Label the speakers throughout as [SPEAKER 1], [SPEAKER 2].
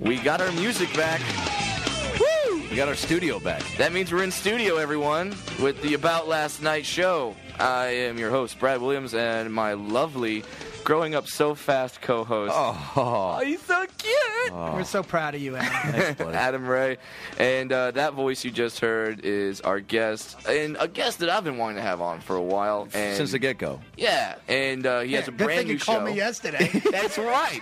[SPEAKER 1] We got our music back. Woo! We got our studio back. That means we're in studio, everyone, with the About Last Night show. I am your host, Brad Williams, and my lovely, growing up so fast co-host. Oh, he's so cute.
[SPEAKER 2] We're so proud of you, Adam.
[SPEAKER 1] Adam Ray. And uh, that voice you just heard is our guest, and a guest that I've been wanting to have on for a while. And
[SPEAKER 3] Since the get go.
[SPEAKER 1] yeah, and uh, he has a
[SPEAKER 2] Good
[SPEAKER 1] brand
[SPEAKER 2] thing
[SPEAKER 1] new
[SPEAKER 2] you called
[SPEAKER 1] show.
[SPEAKER 2] me yesterday.
[SPEAKER 1] That's right.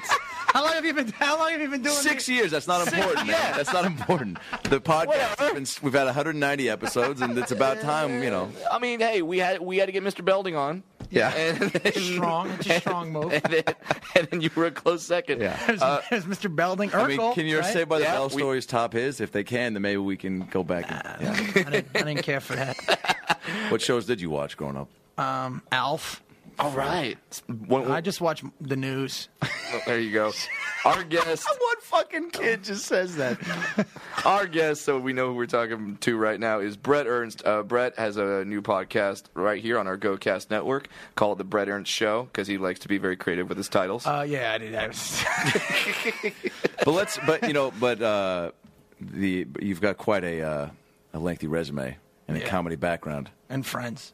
[SPEAKER 2] how long have you been? How long have you been doing
[SPEAKER 3] Six
[SPEAKER 2] this?
[SPEAKER 3] years. That's not important. man. That's not important. The podcast. has Been, we've had 190 episodes, and it's about time. You know.
[SPEAKER 1] I mean, hey, we had we had to get Mr. Belding on.
[SPEAKER 3] Yeah.
[SPEAKER 1] and then,
[SPEAKER 2] Strong. It's a strong move.
[SPEAKER 3] Uh,
[SPEAKER 1] and then, and then you were a close second. Uh,
[SPEAKER 3] Yeah.
[SPEAKER 2] There's, there's Mr. Belding. Urkel,
[SPEAKER 3] I mean, can you
[SPEAKER 2] right?
[SPEAKER 3] say by the
[SPEAKER 1] Yeah,
[SPEAKER 3] bell
[SPEAKER 1] we-
[SPEAKER 3] stories top his? If they can, then maybe we can go back. And, yeah.
[SPEAKER 2] I didn't, I didn't care for that.
[SPEAKER 3] What shows did you watch growing up?
[SPEAKER 2] Um, Alf.
[SPEAKER 1] All right. When- oh,
[SPEAKER 2] I just watch the news.
[SPEAKER 1] there you go. Our guest,
[SPEAKER 3] What fucking kid just says that?
[SPEAKER 1] our guest, so we know who we're talking to right now is Brett Ernst. Uh, Brett has a new podcast right here on our GoCast network called The Brett Ernst Show because he likes to be very creative with his titles.
[SPEAKER 2] Uh, yeah, I did. I was,
[SPEAKER 3] but let's. But you know. But uh, the you've got quite a uh, a lengthy resume and a
[SPEAKER 2] Yeah.
[SPEAKER 3] comedy background.
[SPEAKER 2] and friends,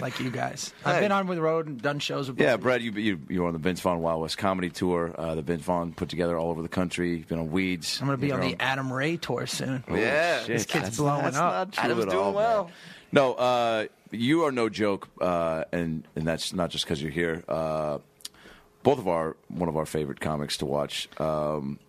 [SPEAKER 2] like you guys. I've been on the road and done shows with. both
[SPEAKER 3] Yeah,
[SPEAKER 2] of you.
[SPEAKER 3] Brad, you, you you were on the Vince Vaughn Wild West comedy tour. Uh, the Vince Vaughn put together all over the country. You've been on Weeds.
[SPEAKER 2] I'm going to be
[SPEAKER 3] You've
[SPEAKER 2] on
[SPEAKER 3] been
[SPEAKER 2] the Adam Ray tour soon.
[SPEAKER 1] yeah.
[SPEAKER 3] Shit,
[SPEAKER 2] kid's
[SPEAKER 3] that's-
[SPEAKER 2] blowing
[SPEAKER 3] that's
[SPEAKER 2] up.
[SPEAKER 3] not true
[SPEAKER 1] Adam's
[SPEAKER 3] at
[SPEAKER 1] doing
[SPEAKER 3] all, man.
[SPEAKER 1] well.
[SPEAKER 3] No, uh, you are no joke, uh, and and that's not just because you're here. Uh, both of our one of our favorite comics to watch um,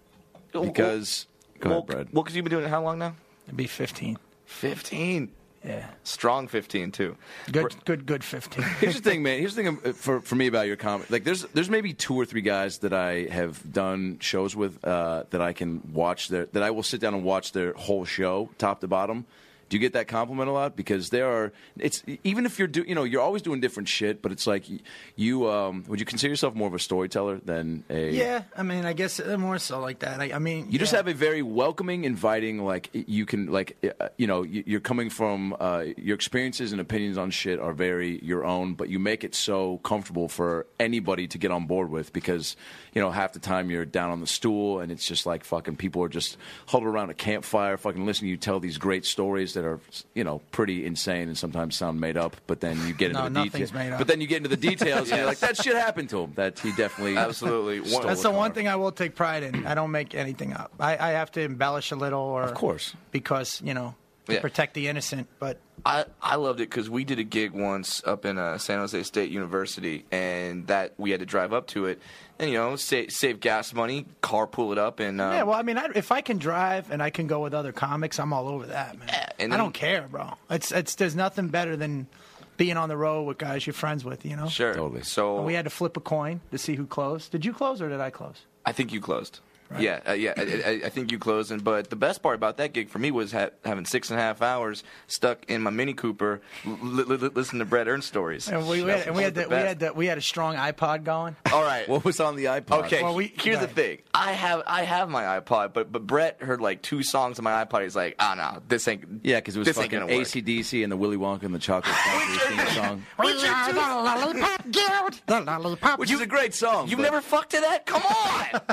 [SPEAKER 1] Well,
[SPEAKER 3] because go
[SPEAKER 1] well,
[SPEAKER 3] ahead, Brad.
[SPEAKER 1] Well, because you've been doing it how long now?
[SPEAKER 2] It'd be 15.
[SPEAKER 1] 15.
[SPEAKER 2] Yeah.
[SPEAKER 1] Strong 15, too.
[SPEAKER 2] Good, good, good 15.
[SPEAKER 3] Here's the thing, man. Here's the thing um, for for me about your comic. Like, there's there's maybe two or three guys that I have done shows with uh, that I can watch their that I will sit down and watch their whole show, top to bottom. Do you get that compliment a lot? Because there are it's even if you're do you know you're always doing different shit, but it's like y- you um, would you consider yourself more of a storyteller than a
[SPEAKER 2] yeah, I mean, I guess uh, more so like that. I, I mean,
[SPEAKER 3] you just have a very welcoming, inviting, like you can, like uh, you know, you- you're coming from uh, your experiences and opinions on shit are very your own, but you make it so comfortable for anybody to get on board with because you know half the time you're down on the stool and it's just like fucking people are just huddled around a campfire, fucking listening to you tell these great stories that are you know pretty insane and sometimes sound made up, but then you get into
[SPEAKER 2] No,
[SPEAKER 3] the
[SPEAKER 2] nothing's
[SPEAKER 3] details,
[SPEAKER 2] made up.
[SPEAKER 3] but then you get into the details and you're like that shit happened to him. That he definitely
[SPEAKER 1] Absolutely. One-
[SPEAKER 3] Stole
[SPEAKER 2] That's
[SPEAKER 3] it.
[SPEAKER 2] the one thing I will take pride in. I don't make anything up. I, I have to embellish a little, or
[SPEAKER 3] Of course.
[SPEAKER 2] because you know to
[SPEAKER 1] Yeah.
[SPEAKER 2] protect the innocent. But
[SPEAKER 1] I, I loved it because we did a gig once up in uh, San Jose State University, and that we had to drive up to it, and you know save, save gas money, carpool it up, and um,
[SPEAKER 2] yeah, well, I mean, I, if I can drive and I can go with other comics, I'm all over that, man.
[SPEAKER 3] Uh,
[SPEAKER 1] and
[SPEAKER 2] I
[SPEAKER 1] then-
[SPEAKER 2] don't care, bro. It's it's there's nothing better than being on the road with guys you're friends with, you know.
[SPEAKER 1] sure.
[SPEAKER 3] Totally.
[SPEAKER 1] So
[SPEAKER 2] We had to flip a coin to see who closed. Did you close or did I close?
[SPEAKER 1] I think you closed. Yeah, uh, yeah, I, I- I think you closed. And but the best part about that gig for me was ha- having six and a half hours stuck in my Mini Cooper, l- l- l- listening to Brett Ernst stories.
[SPEAKER 2] And we, we had, and we had the, we had the, we had a strong iPod going.
[SPEAKER 1] All right.
[SPEAKER 3] What was on the iPod?
[SPEAKER 1] Okay,
[SPEAKER 2] Well, we-
[SPEAKER 1] here's the
[SPEAKER 2] right.
[SPEAKER 1] thing. I have I have my iPod, but but Brett heard like two songs on my iPod. He's like, ah, no, this ain't.
[SPEAKER 3] Yeah, because it was
[SPEAKER 1] this ain't
[SPEAKER 3] fucking
[SPEAKER 1] gonna work.
[SPEAKER 3] ACDC and the Willy Wonka and the Chocolate Factory theme song.
[SPEAKER 2] We are the Lollipop Guild. The Lollipop
[SPEAKER 3] Which is a great song.
[SPEAKER 1] You've
[SPEAKER 3] but-
[SPEAKER 1] never fucked to that? Come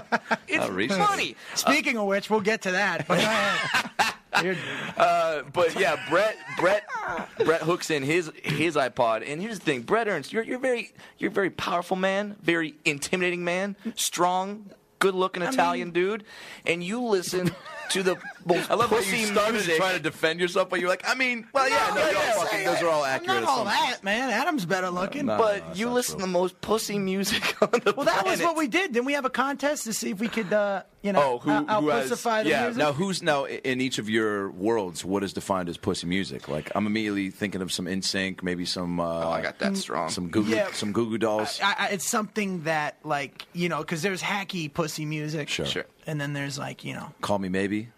[SPEAKER 1] on!
[SPEAKER 3] Not
[SPEAKER 1] it's
[SPEAKER 3] recently.
[SPEAKER 1] funny.
[SPEAKER 2] Speaking of which, we'll get to that. But uh, you're-
[SPEAKER 1] Uh, but yeah, Brett Brett Brett hooks in his his iPod. And here's the thing, Brett Ernst, you're you're very you're a very powerful man, very intimidating man, strong, good looking Italian dude, and you listen to the
[SPEAKER 3] most
[SPEAKER 1] I love how you
[SPEAKER 3] pussy
[SPEAKER 1] started
[SPEAKER 3] music
[SPEAKER 1] it.
[SPEAKER 3] trying to defend yourself, but you're like, I mean, well, Oh, yeah, no,
[SPEAKER 2] No,
[SPEAKER 3] you're
[SPEAKER 2] yeah,
[SPEAKER 3] all fucking, those are all accurate.
[SPEAKER 2] Not all
[SPEAKER 3] assumptions.
[SPEAKER 2] that, man. Adam's better looking.
[SPEAKER 3] no.
[SPEAKER 1] But
[SPEAKER 3] that's
[SPEAKER 1] you
[SPEAKER 3] not
[SPEAKER 1] listen
[SPEAKER 3] true.
[SPEAKER 1] to the most pussy music on the
[SPEAKER 2] Well, that was what
[SPEAKER 1] planet.
[SPEAKER 2] we did. Didn't we have a contest to see if we could, uh, you know,
[SPEAKER 3] Oh, who,
[SPEAKER 2] out-
[SPEAKER 3] who has?
[SPEAKER 2] outpussify the
[SPEAKER 3] yeah.
[SPEAKER 2] music?
[SPEAKER 3] Now, who's now i- in each of your worlds? What is defined as pussy music? Like, I'm immediately thinking of some NSYNC, maybe some. Uh,
[SPEAKER 1] Oh, I got that strong.
[SPEAKER 3] some Goo Goo,
[SPEAKER 2] Yeah.
[SPEAKER 3] some Goo Goo Dolls.
[SPEAKER 2] I, I, it's something that, like, you know, because there's hacky pussy music.
[SPEAKER 3] Sure.
[SPEAKER 1] Sure.
[SPEAKER 2] And then there's, like, you know,
[SPEAKER 3] Call me maybe.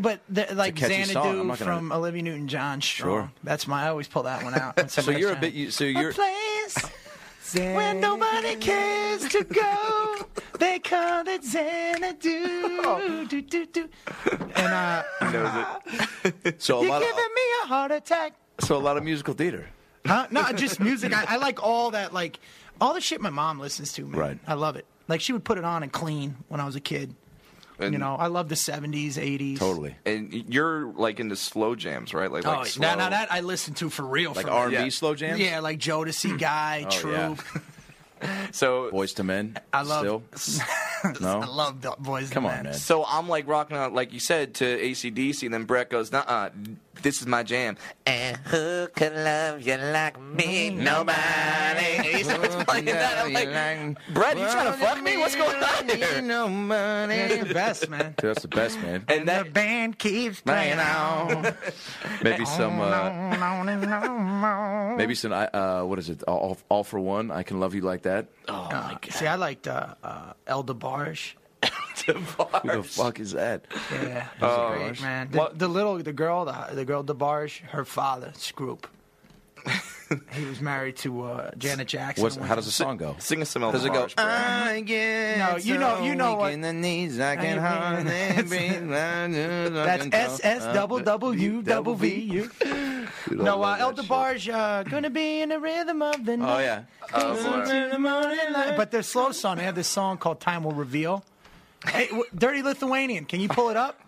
[SPEAKER 2] but the, like
[SPEAKER 3] catchy
[SPEAKER 2] Xanadu
[SPEAKER 3] song. I'm not gonna-
[SPEAKER 2] from Olivia Newton John.
[SPEAKER 3] Sure.
[SPEAKER 2] That's my, I always pull that one out. when
[SPEAKER 3] So
[SPEAKER 2] somebody's
[SPEAKER 3] you're a
[SPEAKER 2] trying-
[SPEAKER 3] bit. You, so
[SPEAKER 2] a
[SPEAKER 3] you're.
[SPEAKER 2] place where nobody cares to go. They call it Xanadu. do, do, do. And uh,
[SPEAKER 3] So a
[SPEAKER 2] you're
[SPEAKER 3] lot. Of,
[SPEAKER 2] giving me a heart attack.
[SPEAKER 3] so a lot of musical theater.
[SPEAKER 2] Huh? No, just music. I, I like all that, like all the shit my mom listens to. Man.
[SPEAKER 3] Right.
[SPEAKER 2] I love it. Like she would put it on and clean when I was a kid. you
[SPEAKER 1] And-
[SPEAKER 2] know, I love the '70s, '80s.
[SPEAKER 3] Totally.
[SPEAKER 1] and you're like into slow jams, right? Like,
[SPEAKER 2] Oh,
[SPEAKER 1] like slow.
[SPEAKER 2] now, now that I listen to for real,
[SPEAKER 3] Like
[SPEAKER 2] for
[SPEAKER 3] R and
[SPEAKER 1] Yeah.
[SPEAKER 3] B slow jams.
[SPEAKER 2] Yeah, like Jodeci, Guy, Troop.
[SPEAKER 3] yeah.
[SPEAKER 1] so
[SPEAKER 3] Boys to Men.
[SPEAKER 2] I love-
[SPEAKER 3] Still. no.
[SPEAKER 2] I love the boys.
[SPEAKER 3] Come
[SPEAKER 2] and
[SPEAKER 3] on,
[SPEAKER 2] Men.
[SPEAKER 3] man.
[SPEAKER 1] So I'm like rocking out, like you said, to ACDC, and then Brett goes, "Nah, this is my jam." And who can love you like me?
[SPEAKER 2] Mm-hmm.
[SPEAKER 1] Nobody. And he starts playing that. I'm like, Brett, you trying to fuck me? What's going on here?
[SPEAKER 3] No money.
[SPEAKER 2] They're the best, man.
[SPEAKER 3] That's the best, man.
[SPEAKER 1] And that
[SPEAKER 2] band keeps
[SPEAKER 3] Maybe some. Uh, maybe some. I- Uh, what is it? All, all for one. I can love you like that.
[SPEAKER 2] Oh, See, I liked uh, uh, El DeBarge.
[SPEAKER 3] Who the fuck is that?
[SPEAKER 2] Yeah, that
[SPEAKER 3] Oh,
[SPEAKER 2] was great, man. The, the little, the girl, the, the girl DeBarge, her father, Scroop. he was married to uh, Janet Jackson.
[SPEAKER 3] What's, how does the song go?
[SPEAKER 1] sing us some El
[SPEAKER 3] Does it go?
[SPEAKER 1] Debarge, Brett.
[SPEAKER 2] No, you know- you know what-
[SPEAKER 3] In the knees, I can
[SPEAKER 2] I mean,
[SPEAKER 3] hardly breathe.
[SPEAKER 2] That's
[SPEAKER 3] That's
[SPEAKER 2] S S
[SPEAKER 3] Uh,
[SPEAKER 2] double double U double V U. No, uh, El DeBarge, uh, gonna be in the rhythm of the night.
[SPEAKER 3] Oh yeah.
[SPEAKER 1] mm-hmm."
[SPEAKER 2] In the morning light. But their slow song, they have this song called "Time Will Reveal." Hey, w- Dirty Lithuanian, can you pull it up?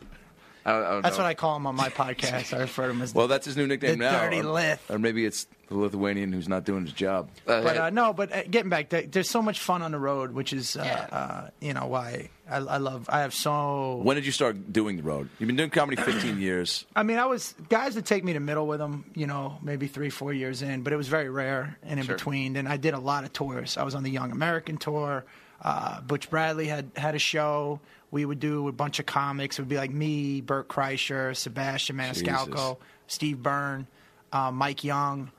[SPEAKER 1] I don't- I don't
[SPEAKER 2] That's
[SPEAKER 1] know.
[SPEAKER 2] what I call him on my podcast. I refer to him as.
[SPEAKER 3] Well, that's his new nickname
[SPEAKER 2] The
[SPEAKER 3] now.
[SPEAKER 2] Dirty
[SPEAKER 3] or,
[SPEAKER 2] Lith.
[SPEAKER 3] Or maybe it's the Lithuanian who's not doing his job.
[SPEAKER 1] Uh,
[SPEAKER 2] but
[SPEAKER 1] hey,
[SPEAKER 2] uh, no, but uh, getting back, there, there's so much fun on the road, which is, uh, uh, you know, why I, I love. I have so.
[SPEAKER 3] When did you start doing the road? You've been doing comedy 15 years.
[SPEAKER 2] I mean, I was guys would take me to middle with them, you know, maybe three, four years in, but it was very rare and in
[SPEAKER 1] Sure.
[SPEAKER 2] between. And I did a lot of tours. I was on the Young American tour. Uh, Butch Bradley had had a show. We would do a bunch of comics. It would be like me, Bert Kreischer, Sebastian Maniscalco, Steve Byrne, uh, Mike Young,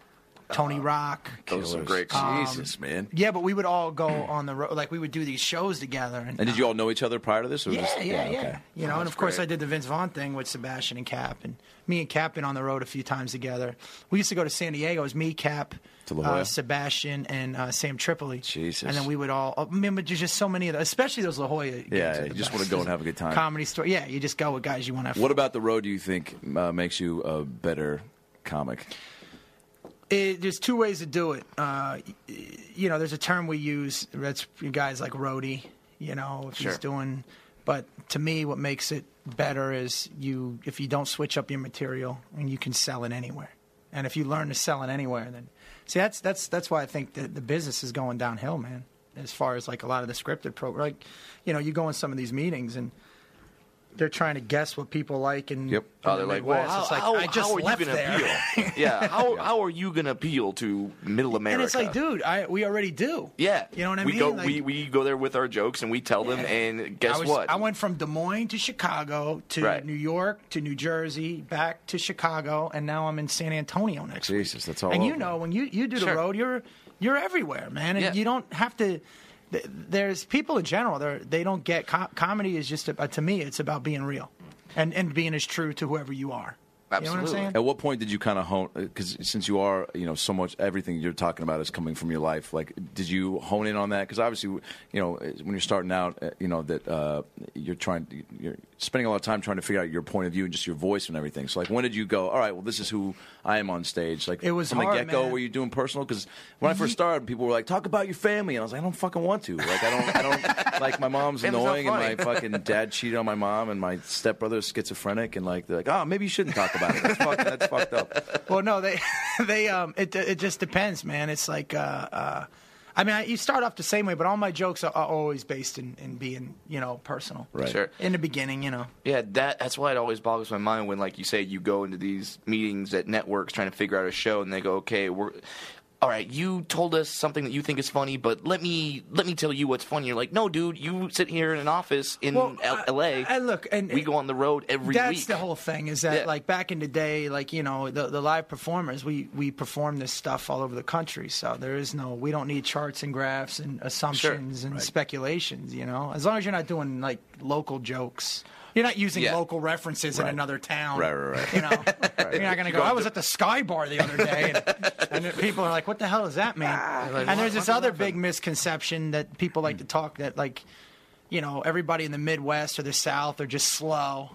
[SPEAKER 2] Tony Rock.
[SPEAKER 1] those are
[SPEAKER 3] Killers.
[SPEAKER 1] great.
[SPEAKER 3] Jesus, man.
[SPEAKER 2] Yeah, but we would all go on the road. Like we would do these shows together. And,
[SPEAKER 3] And did you all know each other prior to this? Or
[SPEAKER 2] yeah,
[SPEAKER 3] just,
[SPEAKER 2] yeah, yeah.
[SPEAKER 3] okay. Oh,
[SPEAKER 2] You know, and of course
[SPEAKER 1] great.
[SPEAKER 2] I did the Vince Vaughn thing with Sebastian and Cap, and me and Cap been on the road a few times together. We used to go to San Diego. It was me, Cap,
[SPEAKER 3] To La Jolla.
[SPEAKER 2] uh, Sebastian, and uh, Sam Tripoli.
[SPEAKER 3] Jesus.
[SPEAKER 2] And then we would all. oh, I mean, but there's just so many of those, especially those La Jolla. gigs
[SPEAKER 3] Yeah,
[SPEAKER 2] are the
[SPEAKER 3] you just
[SPEAKER 2] best.
[SPEAKER 3] wanna go and have a good time.
[SPEAKER 2] Comedy store. Yeah, you just go with guys you want to.
[SPEAKER 3] What about the road? Do you think uh, makes you a better comic?
[SPEAKER 2] It, there's two ways to do it. Uh, y- you know, there's a term we use. That's guys like roadie. You know, if
[SPEAKER 1] Sure.
[SPEAKER 2] he's doing. But to me, what makes it better is you if you don't switch up your material and you can sell it anywhere. And if you learn to sell it anywhere, then see that's that's that's why I think that the business is going downhill, man. As far as like a lot of the scripted pro, like you know, you go in some of these meetings and they're trying to guess what people like and
[SPEAKER 3] Yep.
[SPEAKER 1] Oh, they're like, well, how,
[SPEAKER 2] It's like,
[SPEAKER 1] how,
[SPEAKER 2] I just
[SPEAKER 1] how are
[SPEAKER 2] left
[SPEAKER 1] you gonna
[SPEAKER 2] there.
[SPEAKER 1] appeal? yeah, how how are you gonna appeal to Middle America?
[SPEAKER 2] And it's like, dude, I we already do.
[SPEAKER 1] yeah,
[SPEAKER 2] you know what I
[SPEAKER 1] we
[SPEAKER 2] mean.
[SPEAKER 1] Go,
[SPEAKER 2] Like,
[SPEAKER 1] we we go there with our jokes and we tell them, and guess
[SPEAKER 2] I was,
[SPEAKER 1] what?
[SPEAKER 2] I went from Des Moines to Chicago to
[SPEAKER 1] Right.
[SPEAKER 2] New York to New Jersey back to Chicago, and now I'm in San Antonio next week.
[SPEAKER 3] Jesus, that's all
[SPEAKER 2] And you
[SPEAKER 3] over.
[SPEAKER 2] know, when you you do
[SPEAKER 1] Sure.
[SPEAKER 2] the road, you're you're everywhere, man, and
[SPEAKER 1] Yeah.
[SPEAKER 2] you don't have to. th- There's people in general. They they don't get com- comedy is just about, to me. It's about being real, and and being as true to whoever you are. You know what
[SPEAKER 1] Absolutely.
[SPEAKER 2] I'm saying?
[SPEAKER 3] At what point did you kind of hone? Because since you are, you know, so much everything you're talking about is coming from your life. Like, did you hone in on that? Because obviously, you know, when you're starting out, uh, you know that uh, you're trying, you're spending a lot of time trying to figure out your point of view and just your voice and everything. So, like, when did you go? All right, well, this is who I am on stage. Like,
[SPEAKER 2] It was
[SPEAKER 3] from the
[SPEAKER 2] hard,
[SPEAKER 3] get go.
[SPEAKER 2] man.
[SPEAKER 3] Were you doing personal? Because when I first started, people were like, "Talk about your family," and I was like, "I don't fucking want to." Like, I don't, I don't like my mom's
[SPEAKER 1] Family's not
[SPEAKER 3] annoying and
[SPEAKER 1] funny.
[SPEAKER 3] my fucking dad cheated on my mom and my stepbrother is schizophrenic and like they're like oh maybe you shouldn't talk about it that's, fuck, that's fucked up
[SPEAKER 2] Well, no, they they um it it just depends, man. It's like uh uh. I mean, I, you start off the same way, but all my jokes are, are always based in, in being, you know, personal.
[SPEAKER 3] Right.
[SPEAKER 1] Sure.
[SPEAKER 2] In the beginning, you know.
[SPEAKER 1] Yeah, that that's why it always boggles my mind when, like you say, you go into these meetings at networks trying to figure out a show, and they go, "Okay, we're all right. You told us something that you think is funny, but let me let me tell you what's funny." You're like, "No, dude, you sit here in an office in
[SPEAKER 2] Well,
[SPEAKER 1] L-
[SPEAKER 2] I-
[SPEAKER 1] L.A.
[SPEAKER 2] I look, and-
[SPEAKER 1] we go on the road every
[SPEAKER 2] That's
[SPEAKER 1] week."
[SPEAKER 2] the whole thing is that
[SPEAKER 1] Yeah.
[SPEAKER 2] like back in the day, like you know, the, the live performers, we we perform this stuff all over the country. So there is no, we don't need charts and graphs and assumptions and speculations. You know, as long as you're not doing like local jokes. You're not using
[SPEAKER 1] Yeah.
[SPEAKER 2] local references in another town.
[SPEAKER 3] Right, right, right.
[SPEAKER 2] You know, you're not going to go. I was at the Sky Bar the other day, and, and people are like, "What the hell does that mean?" and there's this other big misconception that people like to talk that like, you know, everybody in the Midwest or the South are just slow.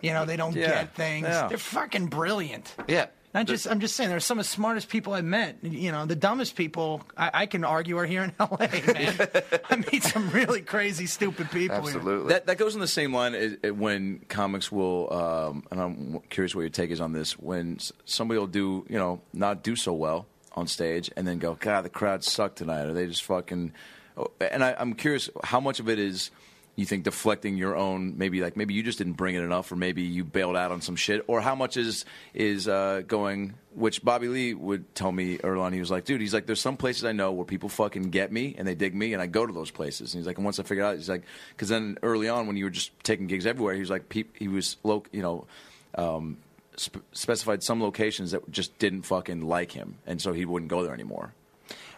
[SPEAKER 2] You know, they don't
[SPEAKER 3] Yeah.
[SPEAKER 2] get things.
[SPEAKER 3] Yeah.
[SPEAKER 2] They're fucking brilliant.
[SPEAKER 1] yeah,
[SPEAKER 2] I'm just, I'm just saying, they're some of the smartest people I met. You know, the dumbest people I, I can argue are here in L.A. Man, I meet some really crazy, stupid people. here.
[SPEAKER 1] absolutely.
[SPEAKER 3] That, that goes in the same line as, as when comics will, um, and I'm curious what your take is on this. When s- somebody will do, you know, not do so well on stage, and then go, "God, the crowd sucked tonight," or they just fucking. oh," And I, I'm curious how much of it is you think deflecting your own maybe like maybe you just didn't bring it enough or maybe you bailed out on some shit or how much is is uh, going which bobby lee would tell me early on he was like dude he's like there's some places i know where people fucking get me and they dig me and i go to those places and he's like and once i figure it out he's like because then early on when you were just taking gigs everywhere he was like peop he was loc you know um, sp- specified some locations that just didn't fucking like him and so he wouldn't go there anymore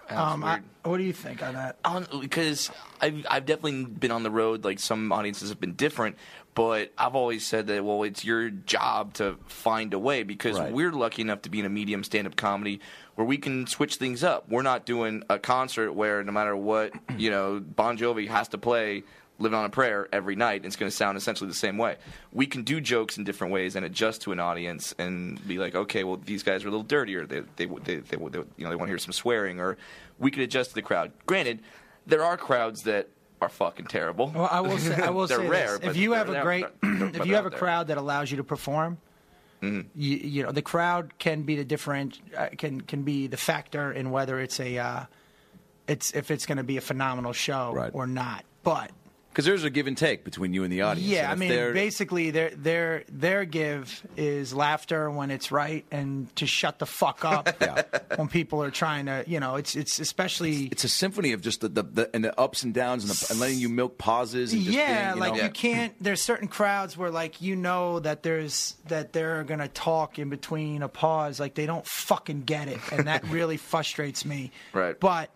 [SPEAKER 2] Um, I, what do you think on that?
[SPEAKER 1] because I've I've definitely been on the road. Like some audiences have been different, but I've always said that well, it's your job to find a way because
[SPEAKER 3] Right.
[SPEAKER 1] we're lucky enough to be in a medium stand-up comedy where we can switch things up. We're not doing a concert where no matter what you know Bon Jovi has to play. Living on a prayer every night, and it's going to sound essentially the same way. We can do jokes in different ways and adjust to an audience and be like, okay, well, these guys are a little dirtier. They, they, they, they, they you know, they want to hear some swearing, or we could adjust to the crowd. Granted, there are crowds that are fucking terrible.
[SPEAKER 2] Well, I will say, I will
[SPEAKER 1] They're
[SPEAKER 2] say
[SPEAKER 1] rare,
[SPEAKER 2] this.
[SPEAKER 1] but
[SPEAKER 2] if you
[SPEAKER 1] they're
[SPEAKER 2] have a
[SPEAKER 1] there-
[SPEAKER 2] great,
[SPEAKER 1] they're- they're-
[SPEAKER 2] if
[SPEAKER 1] but
[SPEAKER 2] you
[SPEAKER 1] they're
[SPEAKER 2] have a
[SPEAKER 1] there. Mm-hmm.
[SPEAKER 2] crowd that allows you to perform, you, you know the crowd can be the different uh, can can be the factor in whether it's a, uh, it's if it's going to be a phenomenal show
[SPEAKER 3] Right.
[SPEAKER 2] or not. But
[SPEAKER 3] because there's a give and take between you and the audience
[SPEAKER 2] yeah,
[SPEAKER 3] And
[SPEAKER 2] I
[SPEAKER 3] if
[SPEAKER 2] mean,
[SPEAKER 3] they're-
[SPEAKER 2] basically their their their give is laughter when it's right and to shut the fuck up
[SPEAKER 3] Yeah.
[SPEAKER 2] when people are trying to, you know, it's it's especially
[SPEAKER 3] it's a symphony of just the, the, the and the ups and downs and, the, and letting you milk pauses. And just
[SPEAKER 2] yeah,
[SPEAKER 3] being, you
[SPEAKER 2] like
[SPEAKER 3] know,
[SPEAKER 2] you can't. There's certain crowds where like you know that there's that they're gonna talk in between a pause. Like they don't fucking get it, and that really frustrates me.
[SPEAKER 1] Right.
[SPEAKER 2] But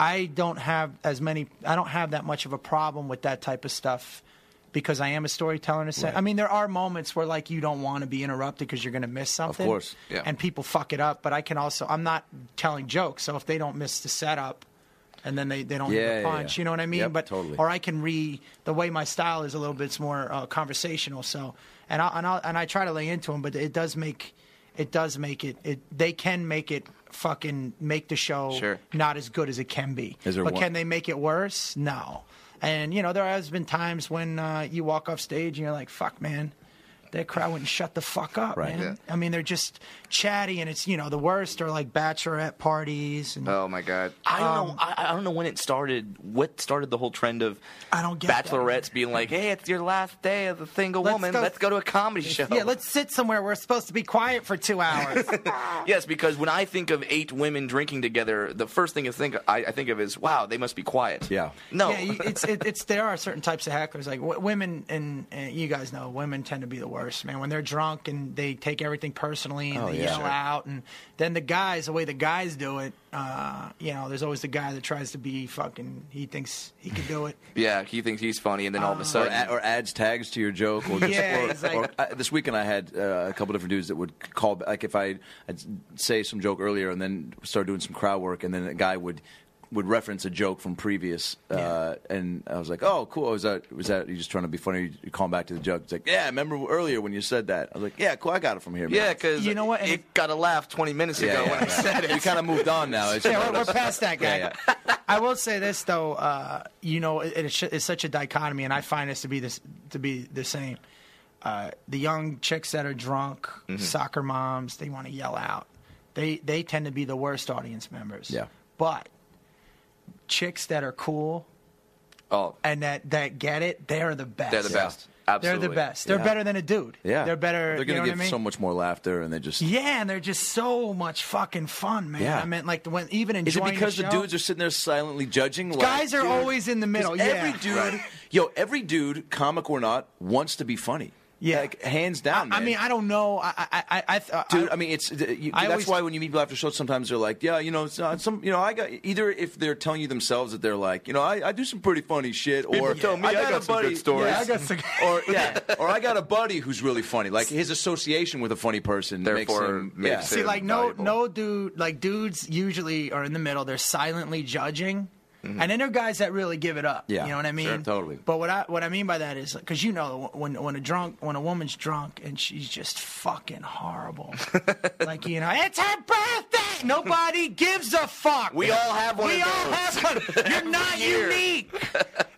[SPEAKER 2] I don't have as many. I don't have that much of a problem with that type of stuff because I am a storyteller. In a sense. I mean, there are moments where like you don't want to be interrupted because you're gonna miss something.
[SPEAKER 3] course,
[SPEAKER 1] yeah.
[SPEAKER 2] And people fuck it up, but I can also. I'm not telling jokes, so if they don't miss the setup. And then they, they don't
[SPEAKER 3] Yeah,
[SPEAKER 2] hit
[SPEAKER 3] yeah,
[SPEAKER 2] the punch,
[SPEAKER 3] yeah.
[SPEAKER 2] you know what I mean?
[SPEAKER 3] Yep,
[SPEAKER 2] but
[SPEAKER 3] totally.
[SPEAKER 2] or I can re the way my style is a little bit more uh, conversational. So and I and I and I try to lay into them, but it does make it does make it it they can make it fucking make the show
[SPEAKER 1] Sure.
[SPEAKER 2] not as good as it can be.
[SPEAKER 3] Is there
[SPEAKER 2] but
[SPEAKER 3] one-
[SPEAKER 2] can they make it worse? No. And you know there has been times when uh, you walk off stage and you're like, fuck, man. That crowd wouldn't shut the fuck up,
[SPEAKER 3] Right.
[SPEAKER 2] man. I mean, they're just chatty, and it's you know the worst are like bachelorette parties and
[SPEAKER 1] Oh my god! I don't
[SPEAKER 2] Um,
[SPEAKER 1] know. I, I don't know when it started. What started the whole trend of
[SPEAKER 2] I don't get that.
[SPEAKER 1] bachelorettes being like, "Hey, it's your last day as a single
[SPEAKER 2] Let's
[SPEAKER 1] woman.
[SPEAKER 2] go-
[SPEAKER 1] let's go to a comedy show."
[SPEAKER 2] Yeah, let's sit somewhere. We're supposed to be quiet for two hours.
[SPEAKER 1] Yes, because when I think of eight women drinking together, the first thing I think I, I think of is, "Wow, they must be quiet."
[SPEAKER 3] Yeah.
[SPEAKER 1] No.
[SPEAKER 2] Yeah, you- it's it, it's there are certain types of hecklers like w- women and, and you guys know women tend to be the worst man when they're drunk and they take everything personally and
[SPEAKER 3] Oh,
[SPEAKER 2] they
[SPEAKER 3] yeah.
[SPEAKER 2] yell
[SPEAKER 3] Sure.
[SPEAKER 2] out and then the guys the way the guys do it uh, you know there's always the guy that tries to be fucking he thinks he can do it
[SPEAKER 1] yeah, he thinks he's funny, and then
[SPEAKER 2] Uh,
[SPEAKER 1] all of a
[SPEAKER 3] or,
[SPEAKER 1] sudden,
[SPEAKER 3] a- or adds tags to your joke. Or just,
[SPEAKER 2] Yeah,
[SPEAKER 3] or-
[SPEAKER 2] it's like-
[SPEAKER 3] or- I- this weekend I had uh, a couple different dudes that would call ba- like if I I'd say some joke earlier and then start doing some crowd work and then a guy would would reference a joke from previous uh, and I was like oh cool was that was that you just trying to be funny you calling back to the joke it's like yeah I remember earlier when you said that I was like yeah cool I got it from here man.
[SPEAKER 1] yeah, because
[SPEAKER 2] You know what, and
[SPEAKER 1] it, got a laugh twenty minutes
[SPEAKER 3] yeah,
[SPEAKER 1] ago
[SPEAKER 3] yeah,
[SPEAKER 1] when I
[SPEAKER 3] yeah.
[SPEAKER 1] said it.
[SPEAKER 3] you kind of moved on now It's-
[SPEAKER 2] yeah, we're, we're past that guy.
[SPEAKER 3] Yeah,
[SPEAKER 2] I will say this though, uh, you know, it, it's ju- it's such a dichotomy, and I find this to be this to be the same. Uh, the young chicks that are drunk,
[SPEAKER 3] Mm-hmm.
[SPEAKER 2] soccer moms, they want to yell out. They they tend to be the worst audience members.
[SPEAKER 3] Yeah.
[SPEAKER 2] but chicks that are cool
[SPEAKER 1] Oh,
[SPEAKER 2] and that that get it, they're the best.
[SPEAKER 1] They're the best. Absolutely.
[SPEAKER 2] They're the best. They're
[SPEAKER 3] Yeah.
[SPEAKER 2] better than a dude.
[SPEAKER 3] Yeah,
[SPEAKER 2] They're better.
[SPEAKER 3] They're
[SPEAKER 2] you
[SPEAKER 3] gonna
[SPEAKER 2] know
[SPEAKER 3] give
[SPEAKER 2] what I mean?
[SPEAKER 3] so much more laughter, and they just.
[SPEAKER 2] Yeah, and they're just so much fucking fun, man.
[SPEAKER 3] Yeah.
[SPEAKER 2] I mean, like when even
[SPEAKER 3] Is it
[SPEAKER 2] enjoying
[SPEAKER 3] because the,
[SPEAKER 2] the,
[SPEAKER 3] dudes are sitting there silently judging? Like,
[SPEAKER 2] Guys are
[SPEAKER 3] dude,
[SPEAKER 2] always in the
[SPEAKER 3] 'cause
[SPEAKER 2] middle, yeah.
[SPEAKER 3] Every dude, yo, every dude, comic or not, wants to be funny.
[SPEAKER 2] Yeah.
[SPEAKER 3] like hands down.
[SPEAKER 2] I
[SPEAKER 3] man.
[SPEAKER 2] mean, I don't know. I I I, I, I
[SPEAKER 3] Dude, I mean, it's you,
[SPEAKER 2] I
[SPEAKER 3] that's
[SPEAKER 2] always-
[SPEAKER 3] why when you meet people after shows, sometimes they're like, "Yeah, you know, it's not some, you know, I got either if they're telling you themselves that they're like, you know, I, I do some pretty funny shit, or
[SPEAKER 1] People tell me I
[SPEAKER 3] got,
[SPEAKER 1] got
[SPEAKER 3] a
[SPEAKER 1] some good
[SPEAKER 3] buddy,
[SPEAKER 1] stories.
[SPEAKER 3] yeah,
[SPEAKER 2] I got some-
[SPEAKER 3] or yeah, or I got a buddy who's really funny. Like his association with a funny person makes
[SPEAKER 1] Therefore,
[SPEAKER 3] him,
[SPEAKER 1] makes
[SPEAKER 3] yeah.
[SPEAKER 2] See,
[SPEAKER 1] They're
[SPEAKER 2] like no,
[SPEAKER 1] valuable.
[SPEAKER 2] no dude, like dudes usually are in the middle. They're silently judging, and then there are guys that really give it up.
[SPEAKER 3] Mm-hmm. Yeah,
[SPEAKER 2] you know what I mean.
[SPEAKER 3] sure, totally.
[SPEAKER 2] But what I what I mean by that is because you know when when a drunk when a woman's drunk and she's just fucking horrible, like you know it's her birthday. Nobody gives a fuck.
[SPEAKER 1] We all have one
[SPEAKER 2] We
[SPEAKER 1] of
[SPEAKER 2] all
[SPEAKER 1] those.
[SPEAKER 2] have one. You're not
[SPEAKER 1] year.
[SPEAKER 2] unique.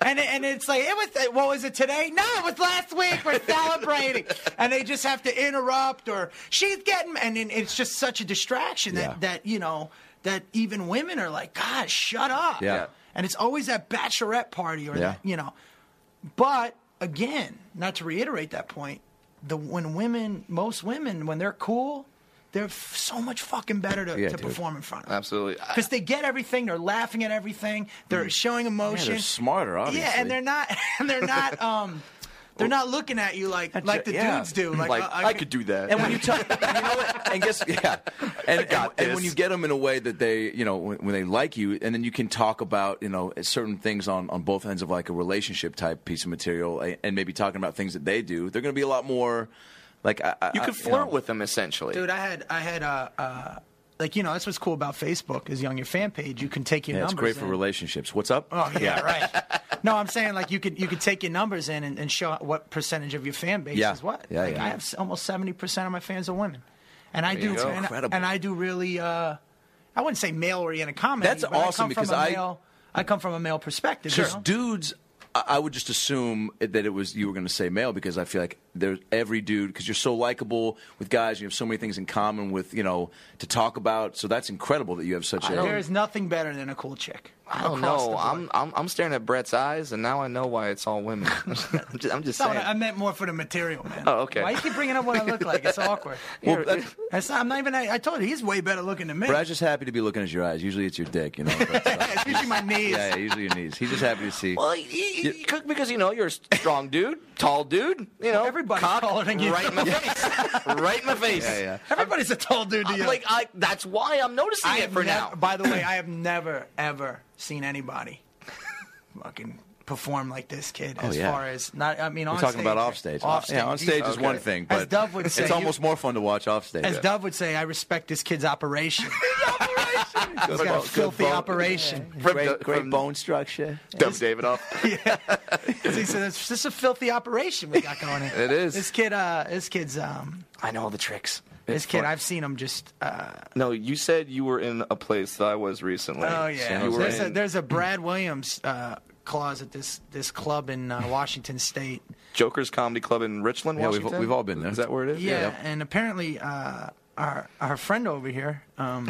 [SPEAKER 2] And it- and it's like it was uh, what was it today? No, it was last week. We're celebrating, and they just have to interrupt or she's getting, and then it's just such a distraction that
[SPEAKER 3] Yeah.
[SPEAKER 2] that you know that even women are like, God, shut up.
[SPEAKER 3] Yeah.
[SPEAKER 2] And it's always that bachelorette party or
[SPEAKER 3] Yeah.
[SPEAKER 2] that you know. But again, not to reiterate that point, the when women, most women, when they're cool, they're f- so much fucking better to,
[SPEAKER 3] Yeah,
[SPEAKER 2] to
[SPEAKER 3] dude.
[SPEAKER 2] perform in front of.
[SPEAKER 1] absolutely. I-
[SPEAKER 2] Because they get everything, they're laughing at everything, they're showing
[SPEAKER 3] Yeah,
[SPEAKER 2] emotion.
[SPEAKER 3] Mm. they're smarter, obviously.
[SPEAKER 2] Yeah, and they're not, and they're not, um, they're not looking at you like like the
[SPEAKER 3] yeah.
[SPEAKER 2] dudes do. Like,
[SPEAKER 1] Like,
[SPEAKER 2] uh,
[SPEAKER 1] I could do that.
[SPEAKER 3] And when you tell, you know what? And guess, yeah. And, and, and when
[SPEAKER 1] this.
[SPEAKER 3] you get them in a way that they, you know, when, when they like you, and then you can talk about, you know, certain things on, on both ends of like a relationship type piece of material, a- and maybe talking about things that they do, they're going to be a lot more, like, I, I,
[SPEAKER 1] you
[SPEAKER 3] I-
[SPEAKER 1] could
[SPEAKER 3] know.
[SPEAKER 1] flirt with them essentially.
[SPEAKER 2] Dude, I had I had uh, uh like you know that's what's cool about Facebook is on your fan page you can take your
[SPEAKER 3] Yeah, it's
[SPEAKER 2] numbers.
[SPEAKER 3] great
[SPEAKER 1] eh?
[SPEAKER 3] for
[SPEAKER 2] in.
[SPEAKER 3] relationships. What's up?
[SPEAKER 2] Oh yeah, right. No, I'm saying like you could you could take your numbers in and, and show what percentage of your fan base
[SPEAKER 3] Yeah.
[SPEAKER 2] is what.
[SPEAKER 3] Yeah,
[SPEAKER 2] like
[SPEAKER 3] yeah.
[SPEAKER 2] I have s- almost seventy percent of my fans are women, and I
[SPEAKER 1] you
[SPEAKER 2] do
[SPEAKER 1] go.
[SPEAKER 2] and,
[SPEAKER 3] Incredible.
[SPEAKER 2] and I do really. uh I wouldn't say male oriented comedy.
[SPEAKER 3] That's
[SPEAKER 2] but I
[SPEAKER 3] awesome
[SPEAKER 2] come
[SPEAKER 3] because
[SPEAKER 2] from a
[SPEAKER 3] I-
[SPEAKER 2] male, I come from a male perspective. you
[SPEAKER 3] Because
[SPEAKER 2] know?
[SPEAKER 3] dudes, I, I would just assume that it was you were going to say male because I feel like there's every dude because you're so likable with guys, you have so many things in common with you know to talk about. So that's incredible that you have such a
[SPEAKER 2] there is nothing better than a cool chick.
[SPEAKER 1] I don't
[SPEAKER 2] across the
[SPEAKER 1] know.
[SPEAKER 2] board.
[SPEAKER 1] I'm, I'm I'm staring at Brett's eyes, and now I know why it's all women. I'm just, I'm just
[SPEAKER 2] No,
[SPEAKER 1] saying.
[SPEAKER 2] I meant more for the material, man.
[SPEAKER 1] Oh, okay.
[SPEAKER 2] Why you keep bringing up what I look like? It's awkward.
[SPEAKER 3] Well, that's-
[SPEAKER 2] That's not, I'm not even. I told you he's way better looking than me.
[SPEAKER 3] Brad's just happy to be looking at your eyes. Usually it's your dick, you know. but, uh,
[SPEAKER 2] it's usually my knees.
[SPEAKER 3] yeah, yeah, usually your knees. He's just happy to see.
[SPEAKER 1] well, you, you, you cook because you know you're a strong dude, tall dude. You know,
[SPEAKER 2] Everybody's
[SPEAKER 1] cock
[SPEAKER 2] taller than you.
[SPEAKER 1] Right in my face. right in my face.
[SPEAKER 3] Yeah, yeah.
[SPEAKER 2] Everybody's a tall dude to
[SPEAKER 1] I'm
[SPEAKER 2] you.
[SPEAKER 1] Uh, Like I, that's why I'm noticing
[SPEAKER 2] uh, I
[SPEAKER 1] it
[SPEAKER 2] have
[SPEAKER 1] for
[SPEAKER 2] nev-
[SPEAKER 1] now.
[SPEAKER 2] By the way, I have never ever seen anybody fucking perform like this kid. as
[SPEAKER 3] Oh, yeah.
[SPEAKER 2] far as not, I mean,
[SPEAKER 3] We're
[SPEAKER 2] on
[SPEAKER 3] talking
[SPEAKER 2] stage,
[SPEAKER 3] about off stage.
[SPEAKER 2] Off stage,
[SPEAKER 3] yeah, on stage is
[SPEAKER 1] Okay.
[SPEAKER 3] one thing, but
[SPEAKER 2] As Dove would say,
[SPEAKER 3] it's
[SPEAKER 2] you-
[SPEAKER 3] almost more fun to watch off stage.
[SPEAKER 2] As Dove would say, I respect this kid's operation. He's got a
[SPEAKER 3] Good
[SPEAKER 2] filthy
[SPEAKER 3] bone-
[SPEAKER 2] operation.
[SPEAKER 3] Great, great bone structure.
[SPEAKER 1] Dump David off.
[SPEAKER 2] he said, "This is a filthy operation we got going in."
[SPEAKER 1] It is.
[SPEAKER 2] This kid, uh, this kid's, um,
[SPEAKER 1] I know all the tricks.
[SPEAKER 2] this kid,
[SPEAKER 1] fun.
[SPEAKER 2] I've seen him just. Uh,
[SPEAKER 1] No, you said you were in a place that I was recently.
[SPEAKER 2] oh yeah,
[SPEAKER 3] Jose.
[SPEAKER 2] there's a,
[SPEAKER 1] in-
[SPEAKER 2] there's a Brad Williams uh, clause at this this club in uh, Washington State.
[SPEAKER 1] Joker's Comedy Club in Richland,
[SPEAKER 3] Yeah, we've-
[SPEAKER 1] Washington.
[SPEAKER 3] we've all been there.
[SPEAKER 1] Is that where it is?
[SPEAKER 2] Yeah, and apparently uh, our our friend over here um,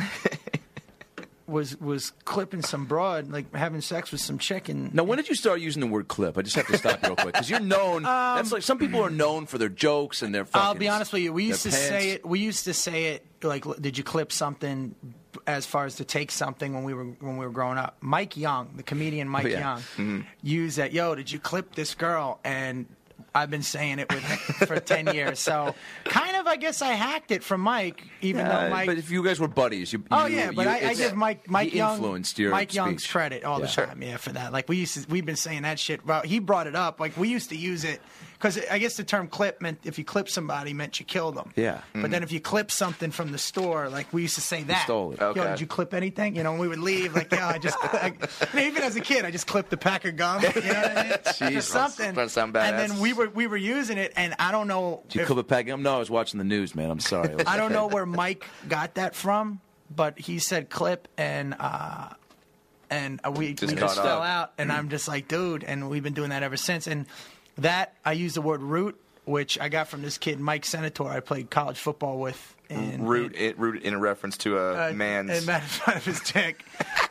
[SPEAKER 2] was was clipping some broad, like having sex with some chick, and
[SPEAKER 3] Now, when did you start using the word clip? I just have to stop you real quick because you're known. that's like some people are known for their jokes and their.
[SPEAKER 2] I'll
[SPEAKER 3] fucking-
[SPEAKER 2] be honest with you. We
[SPEAKER 3] their
[SPEAKER 2] used to
[SPEAKER 3] pants.
[SPEAKER 2] say it. We used to say it like, l- did you clip something? As far as to take something when we were when we were growing up, Mike Young, the comedian Mike
[SPEAKER 3] Oh, yeah.
[SPEAKER 2] Young, used that. Yo, did you clip this girl? And I've been saying it with for ten years. So kind of, I guess I hacked it from Mike, even
[SPEAKER 3] Uh,
[SPEAKER 2] though Mike.
[SPEAKER 3] but if you guys were buddies, you.
[SPEAKER 2] Oh
[SPEAKER 3] you-
[SPEAKER 2] yeah, but
[SPEAKER 3] you-
[SPEAKER 2] I, I
[SPEAKER 3] it's-
[SPEAKER 2] give Mike Mike
[SPEAKER 3] he
[SPEAKER 2] Young
[SPEAKER 3] influenced your
[SPEAKER 2] Mike Young's
[SPEAKER 3] speech.
[SPEAKER 2] credit all
[SPEAKER 3] Yeah.
[SPEAKER 2] the time, yeah, for that. Like we used to, we've been saying that shit. Well, he brought it up. Like we used to use it because I guess the term clip meant if you clip somebody meant you killed them.
[SPEAKER 3] Yeah. Mm-hmm.
[SPEAKER 2] But then if you clip something from the store, like we used to say that.
[SPEAKER 3] stole it.
[SPEAKER 2] Yo,
[SPEAKER 1] Okay.
[SPEAKER 2] did you clip anything? You know, when we would leave, like yo, I just I, and even as a kid, I just clipped the pack of gum. You know what I mean?
[SPEAKER 3] Jeez.
[SPEAKER 2] Just something.
[SPEAKER 1] That's- that sound
[SPEAKER 2] and
[SPEAKER 1] badass.
[SPEAKER 2] then we were we were using it, and I don't know.
[SPEAKER 3] Did you
[SPEAKER 2] if-
[SPEAKER 3] clip a pack? No, I was watching the news, man. I'm sorry. It was-
[SPEAKER 2] I don't know where Mike got that from, but he said clip and uh and we
[SPEAKER 1] Just
[SPEAKER 2] we
[SPEAKER 1] caught
[SPEAKER 2] just
[SPEAKER 1] up.
[SPEAKER 2] fell out and I'm just like, dude, and we've been doing that ever since. And that I use the word root, which I got from this kid Mike Senator I played college football with in
[SPEAKER 1] Root, it, root in reference to a
[SPEAKER 2] uh,
[SPEAKER 1] man's.
[SPEAKER 2] in matter of fact, his dick.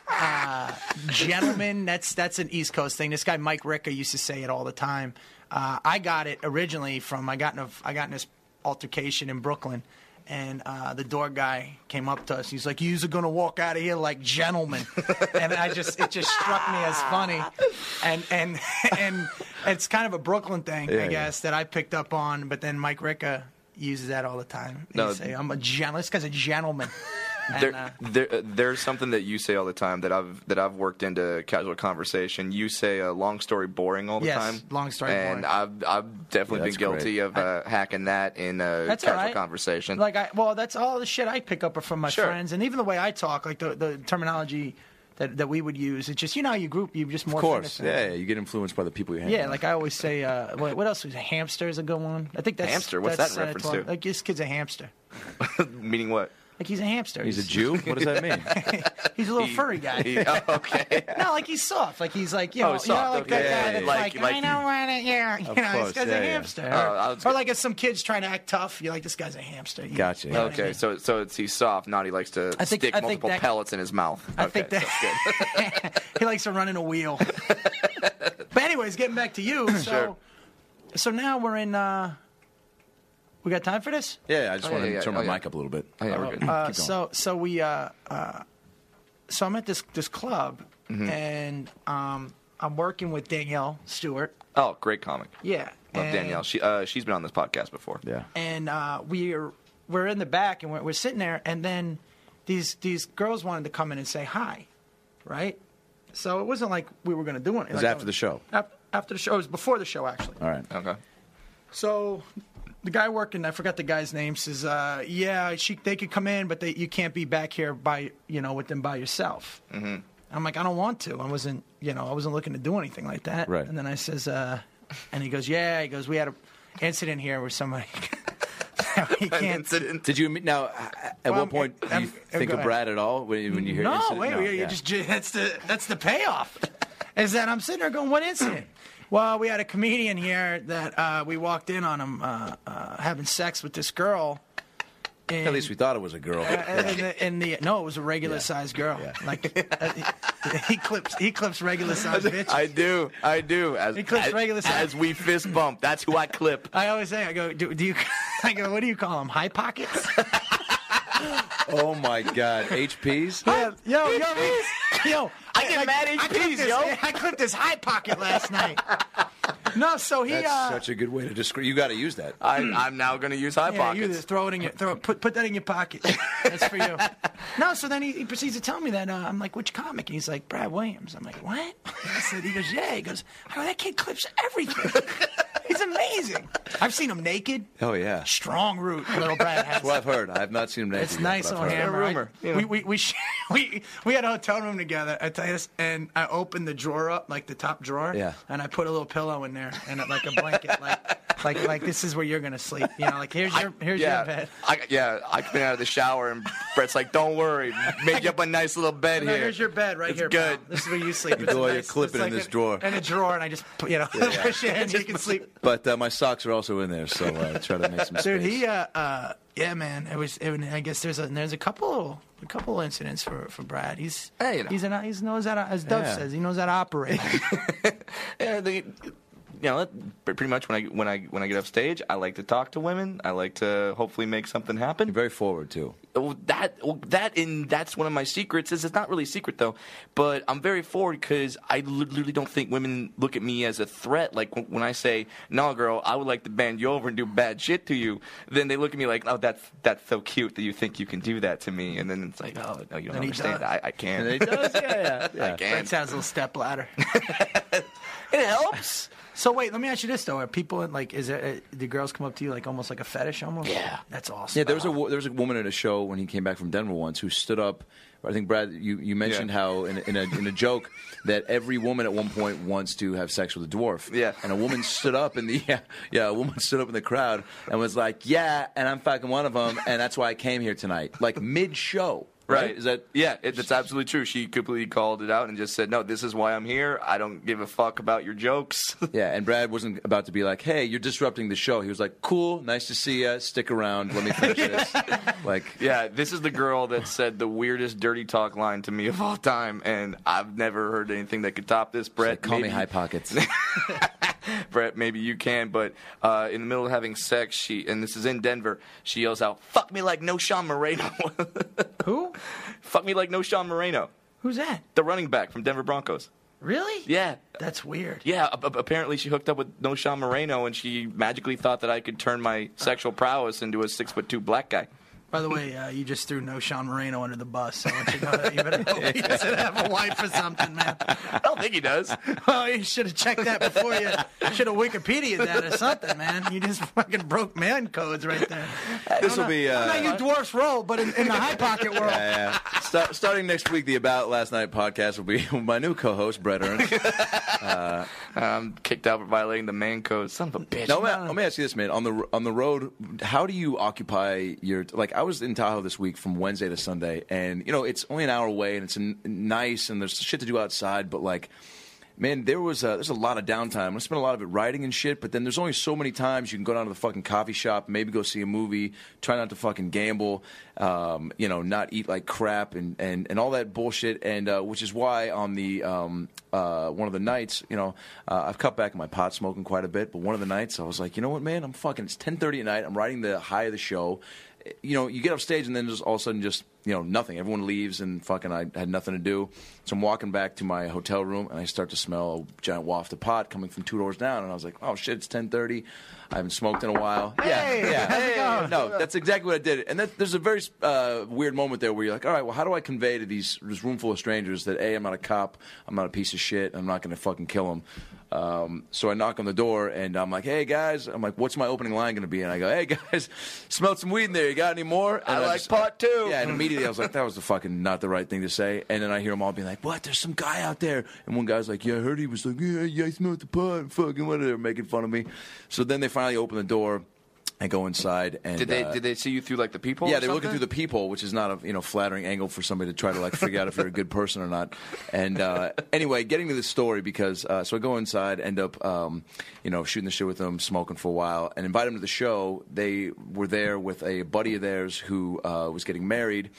[SPEAKER 2] Uh, gentlemen. That's that's an East Coast thing. This guy Mike Ricker used to say it all the time. Uh, I got it originally from I got in a, I got in this altercation in Brooklyn, and uh, the door guy came up to us. He's like, "You're gonna walk out of here like gentlemen," and I just it just struck me as funny, and and and it's kind of a Brooklyn thing,
[SPEAKER 3] Yeah,
[SPEAKER 2] I
[SPEAKER 3] yeah.
[SPEAKER 2] guess, that I picked up on. But then Mike Ricker uses that all the time. He
[SPEAKER 1] No.
[SPEAKER 2] say, "I'm a gentleman." This guy's a gentleman. And,
[SPEAKER 1] There,
[SPEAKER 2] uh,
[SPEAKER 1] there, uh, there's something that you say all the time that I've that I've worked into casual conversation. You say a long story boring all the
[SPEAKER 2] Yes,
[SPEAKER 1] time.
[SPEAKER 2] long story
[SPEAKER 1] and
[SPEAKER 2] boring.
[SPEAKER 1] I've I've definitely
[SPEAKER 3] Yeah,
[SPEAKER 1] been
[SPEAKER 3] that's great.
[SPEAKER 1] guilty of uh, hacking that in a
[SPEAKER 2] That's all
[SPEAKER 1] casual
[SPEAKER 2] right.
[SPEAKER 1] conversation.
[SPEAKER 2] Like I well, that's all the shit I pick up are from my
[SPEAKER 1] Sure.
[SPEAKER 2] friends, and even the way I talk, like the, the terminology that, that we would use. It's just you know how you group, you just more.
[SPEAKER 3] Of course, yeah, yeah. You get influenced by the people you hang.
[SPEAKER 2] Yeah,
[SPEAKER 3] with.
[SPEAKER 2] like I always say, uh, what, what else was a hamster is a good one. I think that's
[SPEAKER 1] Hamster? What's
[SPEAKER 2] that's
[SPEAKER 1] that in reference
[SPEAKER 2] Sanatorium.
[SPEAKER 1] to?
[SPEAKER 2] Like this kid's a hamster.
[SPEAKER 1] Meaning what?
[SPEAKER 2] Like he's a hamster.
[SPEAKER 3] he's a Jew. What does that mean?
[SPEAKER 2] He's a little furry guy.
[SPEAKER 1] Yeah, okay.
[SPEAKER 2] no, like he's soft. Like he's like you know,
[SPEAKER 1] Oh,
[SPEAKER 2] you know
[SPEAKER 1] soft,
[SPEAKER 2] like
[SPEAKER 1] okay,
[SPEAKER 2] that
[SPEAKER 1] yeah,
[SPEAKER 2] guy
[SPEAKER 1] yeah,
[SPEAKER 2] that's
[SPEAKER 1] yeah.
[SPEAKER 2] like,
[SPEAKER 1] Like-
[SPEAKER 2] I know what it, yeah, you know,
[SPEAKER 3] course,
[SPEAKER 2] this guy's
[SPEAKER 3] yeah,
[SPEAKER 2] a
[SPEAKER 3] yeah.
[SPEAKER 2] hamster.
[SPEAKER 1] Oh, I was
[SPEAKER 2] or
[SPEAKER 1] g-
[SPEAKER 2] like if some kid's trying to act tough, you're like this guy's a hamster. You-
[SPEAKER 3] Gotcha.
[SPEAKER 2] you know what I
[SPEAKER 1] Okay,
[SPEAKER 2] mean?
[SPEAKER 1] so so it's he's soft, not he likes to
[SPEAKER 2] I think-
[SPEAKER 1] stick
[SPEAKER 2] I think
[SPEAKER 1] multiple
[SPEAKER 2] that-
[SPEAKER 1] pellets in his mouth.
[SPEAKER 2] I
[SPEAKER 1] okay,
[SPEAKER 2] think that-
[SPEAKER 1] sounds good.
[SPEAKER 2] he likes to run in a wheel. but anyways, getting back to you. So,
[SPEAKER 1] Sure.
[SPEAKER 2] so now we're in. Uh, we got time for this?
[SPEAKER 3] Yeah, I just
[SPEAKER 1] Oh,
[SPEAKER 3] want
[SPEAKER 1] yeah,
[SPEAKER 3] to
[SPEAKER 1] yeah,
[SPEAKER 3] turn
[SPEAKER 1] oh,
[SPEAKER 3] my
[SPEAKER 1] yeah.
[SPEAKER 3] mic up a little bit.
[SPEAKER 1] Oh, yeah, we're good.
[SPEAKER 2] Uh,
[SPEAKER 3] Keep going.
[SPEAKER 2] so so we uh, uh, so I'm at this this club and um, I'm working with Danielle Stewart.
[SPEAKER 1] oh, great comic.
[SPEAKER 2] Yeah,
[SPEAKER 1] Love
[SPEAKER 2] and,
[SPEAKER 1] Danielle. She uh, she's been on this podcast before.
[SPEAKER 3] yeah.
[SPEAKER 2] and uh, we're we're in the back and we're, we're sitting there and then these these girls wanted to come in and say hi right so it wasn't like Uh, we were going to do anything. It
[SPEAKER 3] was after the show.
[SPEAKER 2] after, after the show it was before the show actually
[SPEAKER 3] All right.
[SPEAKER 1] Okay.
[SPEAKER 2] so the guy working i forgot the guy's name says uh, yeah she, they could come in but they, you can't be back here by you know with them by yourself mm-hmm. i'm like i don't want to i wasn't you know i wasn't looking to do anything like that
[SPEAKER 3] Right.
[SPEAKER 2] and then i says uh, and he goes yeah he goes we had a incident here where somebody he can't
[SPEAKER 1] Incident.
[SPEAKER 3] Did you now? uh, At
[SPEAKER 2] Well,
[SPEAKER 3] what point do
[SPEAKER 2] I'm-
[SPEAKER 3] you
[SPEAKER 2] I'm-
[SPEAKER 3] think
[SPEAKER 2] go
[SPEAKER 3] of
[SPEAKER 2] ahead.
[SPEAKER 3] Brad at all when, you- when you hear?
[SPEAKER 2] No,
[SPEAKER 3] incident?
[SPEAKER 2] wait, wait, you
[SPEAKER 3] yeah.
[SPEAKER 2] just that's the that's the payoff. Is that I'm sitting there going, what incident? well, we had a comedian here that uh, we walked in on him uh, uh, having sex with this girl.
[SPEAKER 3] At least we thought it was a girl.
[SPEAKER 2] And in the, in the no, it was a regular
[SPEAKER 3] Yeah.
[SPEAKER 2] sized girl.
[SPEAKER 3] Yeah.
[SPEAKER 2] Like uh, he, he clips, he clips regular sized bitches.
[SPEAKER 1] I do, I do. As,
[SPEAKER 2] He clips
[SPEAKER 1] as,
[SPEAKER 2] regular size.
[SPEAKER 1] as we fist bump, that's who I clip.
[SPEAKER 2] I always say, I go, do, do you? I go, what do you call them? High pockets?
[SPEAKER 3] oh my God! HPs.
[SPEAKER 2] Yeah,
[SPEAKER 3] Oh,
[SPEAKER 2] yo, yo, yo!
[SPEAKER 1] I get mad
[SPEAKER 2] I clipped
[SPEAKER 1] HPs,
[SPEAKER 2] this,
[SPEAKER 1] yo.
[SPEAKER 2] I clipped his high pocket last night. No, so he
[SPEAKER 3] That's
[SPEAKER 2] uh,
[SPEAKER 3] such a good way to describe. You got to use that.
[SPEAKER 1] I, I'm now going to use high
[SPEAKER 2] Yeah,
[SPEAKER 1] pockets.
[SPEAKER 2] you just throw it in your throw it, put put that in your pocket. That's for you. no, so then he, he proceeds to tell me that uh, I'm like, which comic? And he's like, Brad Williams. I'm like, what? I said, he goes, yeah. He goes, I go, that kid clips everything. He's amazing. I've seen him naked.
[SPEAKER 3] Oh yeah.
[SPEAKER 2] Strong root, little Brad has.
[SPEAKER 3] Well, I've heard. I've not seen him naked.
[SPEAKER 2] It's
[SPEAKER 3] yet,
[SPEAKER 2] nice
[SPEAKER 3] but
[SPEAKER 2] on
[SPEAKER 3] I've heard.
[SPEAKER 2] him. right?
[SPEAKER 1] rumor, you
[SPEAKER 2] We
[SPEAKER 1] know.
[SPEAKER 2] we we, sh- we we had a hotel room together at Titus, and I opened the drawer up, like the top drawer,
[SPEAKER 3] Yeah.
[SPEAKER 2] and I put a little pillow in there and uh, like a blanket, like like like this is where you're gonna sleep. You know, like here's your here's your
[SPEAKER 1] yeah,
[SPEAKER 2] bed.
[SPEAKER 1] I, yeah. I came out of the shower and Brett's like, "Don't worry, make you up a nice little bed
[SPEAKER 2] No,
[SPEAKER 1] here."
[SPEAKER 2] here's your bed right
[SPEAKER 1] It's
[SPEAKER 2] here.
[SPEAKER 1] good.
[SPEAKER 2] pal. This is where you sleep. You
[SPEAKER 3] do all your clipping in this drawer.
[SPEAKER 2] In a drawer, and I just put- you know push it in. You can sleep.
[SPEAKER 3] But uh, my socks are also in there, so uh, try to make some space.
[SPEAKER 2] Dude, he, uh, uh, yeah, man. It was. It, was- I guess there's a there's a couple a couple incidents for for Brad. He's
[SPEAKER 1] Hey, you know.
[SPEAKER 2] he's an he knows how to, as Dove
[SPEAKER 3] Yeah.
[SPEAKER 2] says he knows how to operate.
[SPEAKER 1] Yeah, they, you know, that- pretty much when I when I when I get off stage, I like to talk to women. I like to hopefully make something happen.
[SPEAKER 3] You're very forward too.
[SPEAKER 1] Well, that well, that and that's one of my secrets. Is it's not really a secret though, but I'm very forward because I li- literally don't think women look at me as a threat. Like when when I say, "No, girl, I would like to bend you over and do bad shit to you," then they look at me like, "Oh, that's that's so cute that you think you can do that to me," and then it's like, "Oh, no, you don't
[SPEAKER 2] And he
[SPEAKER 1] understand.
[SPEAKER 2] does.
[SPEAKER 1] I, I can't.
[SPEAKER 3] And he does, yeah, yeah,
[SPEAKER 1] I
[SPEAKER 3] yeah.
[SPEAKER 2] Brad
[SPEAKER 1] can't.
[SPEAKER 2] sounds a little step ladder.
[SPEAKER 1] It helps."
[SPEAKER 2] so wait, let me ask you this though: Are people like is there, uh, do girls come up to you like almost like a fetish almost?
[SPEAKER 1] Yeah.
[SPEAKER 2] that's awesome.
[SPEAKER 3] Yeah, there was a wo- there was a woman at a show when he came back from Denver once who stood up. I think Brad, you, you mentioned
[SPEAKER 1] Yeah.
[SPEAKER 3] how in, a- in a in a joke that every woman at one point wants to have sex with a dwarf.
[SPEAKER 1] Yeah.
[SPEAKER 3] and a woman stood up in the yeah, yeah a woman stood up in the crowd and was like, yeah, and I'm fucking one of them, and that's why I came here tonight, like mid show.
[SPEAKER 1] Right.
[SPEAKER 3] Is that
[SPEAKER 1] yeah? It, that's absolutely true. She completely called it out and just said, "No, this is why I'm here. I don't give a fuck about your jokes."
[SPEAKER 3] Yeah, and Brad wasn't about to be like, "Hey, you're disrupting the show." He was like, "Cool, nice to see you. Stick around. Let me finish this." Like,
[SPEAKER 1] yeah, this is the girl that said the weirdest dirty talk line to me of all time, and I've never heard anything that could top this. Brett,
[SPEAKER 3] like, call me
[SPEAKER 1] maybe-
[SPEAKER 3] High Pockets.
[SPEAKER 1] Brett, maybe you can, but uh, in the middle of having sex, she and this is in Denver, she yells out, "Fuck me like no Sean Moreno,
[SPEAKER 2] Who?
[SPEAKER 1] fuck me like no Sean Moreno,"
[SPEAKER 2] Who's that?
[SPEAKER 1] the running back from Denver Broncos.
[SPEAKER 2] Really?
[SPEAKER 1] Yeah,
[SPEAKER 2] That's weird.
[SPEAKER 1] yeah. a- a- apparently, she hooked up with No Sean Moreno, and she magically thought that I could turn my sexual prowess into a six foot two black guy.
[SPEAKER 2] By the way, uh, you just threw no Sean Moreno under the bus. So I want you to know that you better hope he doesn't have a wife or something, man.
[SPEAKER 1] I don't think he does.
[SPEAKER 2] Oh, you should have checked that before you should have Wikipedia that or something, man. You just fucking broke man codes right there.
[SPEAKER 3] this will be
[SPEAKER 2] I know
[SPEAKER 3] uh,
[SPEAKER 2] you dwarfs roll, but in, in the high pocket world,
[SPEAKER 3] yeah. Sta- starting next week. The About Last Night podcast will be my new co-host, Brett Ernst.
[SPEAKER 1] I'm kicked out for violating the man code. Son of a bitch.
[SPEAKER 3] Now, let me, let me ask you this, man. On the on the road, how do you occupy your like? I was in Tahoe this week from Wednesday to Sunday, and you know it's only an hour away, and it's n- nice, and there's shit to do outside, but like. Man, there was a, there's a lot of downtime. I spent a lot of it writing and shit, but then there's only so many times you can go down to the fucking coffee shop, maybe go see a movie, try not to fucking gamble, um, you know, not eat like crap and, and, and all that bullshit. And uh, which is why on the um, uh, one of the nights, you know, uh, I've cut back on my pot smoking quite a bit, but one of the nights I was like, you know what, man, I'm fucking. It's 10:30 at night. I'm writing the high of the show. You know, you get off stage and then just all of a sudden just you know nothing. Everyone leaves and fucking I had nothing to do. So I'm walking back to my hotel room and I start to smell a giant waft of pot coming from two doors down, and I was like, oh shit, it's 10:30. I haven't smoked in a while. yeah, yeah. No, that's exactly what I did. And that, there's a very uh, weird moment there where you're like, all right, well, how do I convey to these this room full of strangers that a I'm not a cop, I'm not a piece of shit, I'm not going to fucking kill them. Um, so I knock on the door and I'm like, hey guys, I'm like, what's my opening line going to be? And I go, hey guys, smelled some weed in there. You got any more? And
[SPEAKER 1] I like pot too.
[SPEAKER 3] Yeah, and immediately I was like, that was the fucking not the right thing to say. And then I hear them all being like, what? There's some guy out there. And one guy's like, yeah, I heard he was like, yeah, yeah, I smelled the pot, fucking whatever, making fun of me. So then they finally open the door. and go inside and
[SPEAKER 1] Did they
[SPEAKER 3] uh,
[SPEAKER 1] did they see you through like the people?
[SPEAKER 3] yeah,
[SPEAKER 1] or
[SPEAKER 3] they were looking through
[SPEAKER 1] something?
[SPEAKER 3] the people, which is not a you know flattering angle for somebody to try to like figure out if you're a good person or not. And uh, anyway, getting to this story because uh, so I go inside, end up um, you know shooting the shit with them, smoking for a while, and invite them to the show. They were there with a buddy of theirs who uh, was getting married.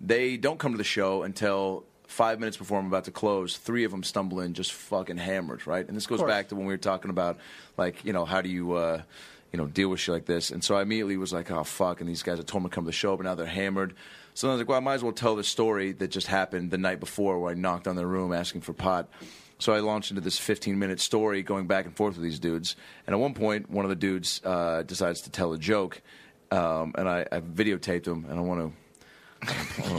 [SPEAKER 3] They don't come to the show until. Five minutes before I'm about to close, three of them stumble in just fucking hammered, right? And this goes
[SPEAKER 2] course.
[SPEAKER 3] back to when we were talking about, like, you know, how do you, uh, you know, deal with shit like this. And so I immediately was like, oh, fuck. And these guys, I told them to come to the show, but now they're hammered. So I was like, well, I might as well tell the story that just happened the night before where I knocked on their room asking for pot. So I launched into this 15 minute story going back and forth with these dudes. And at one point, one of the dudes uh, decides to tell a joke. Um, and I, I videotaped him, and I want to. I want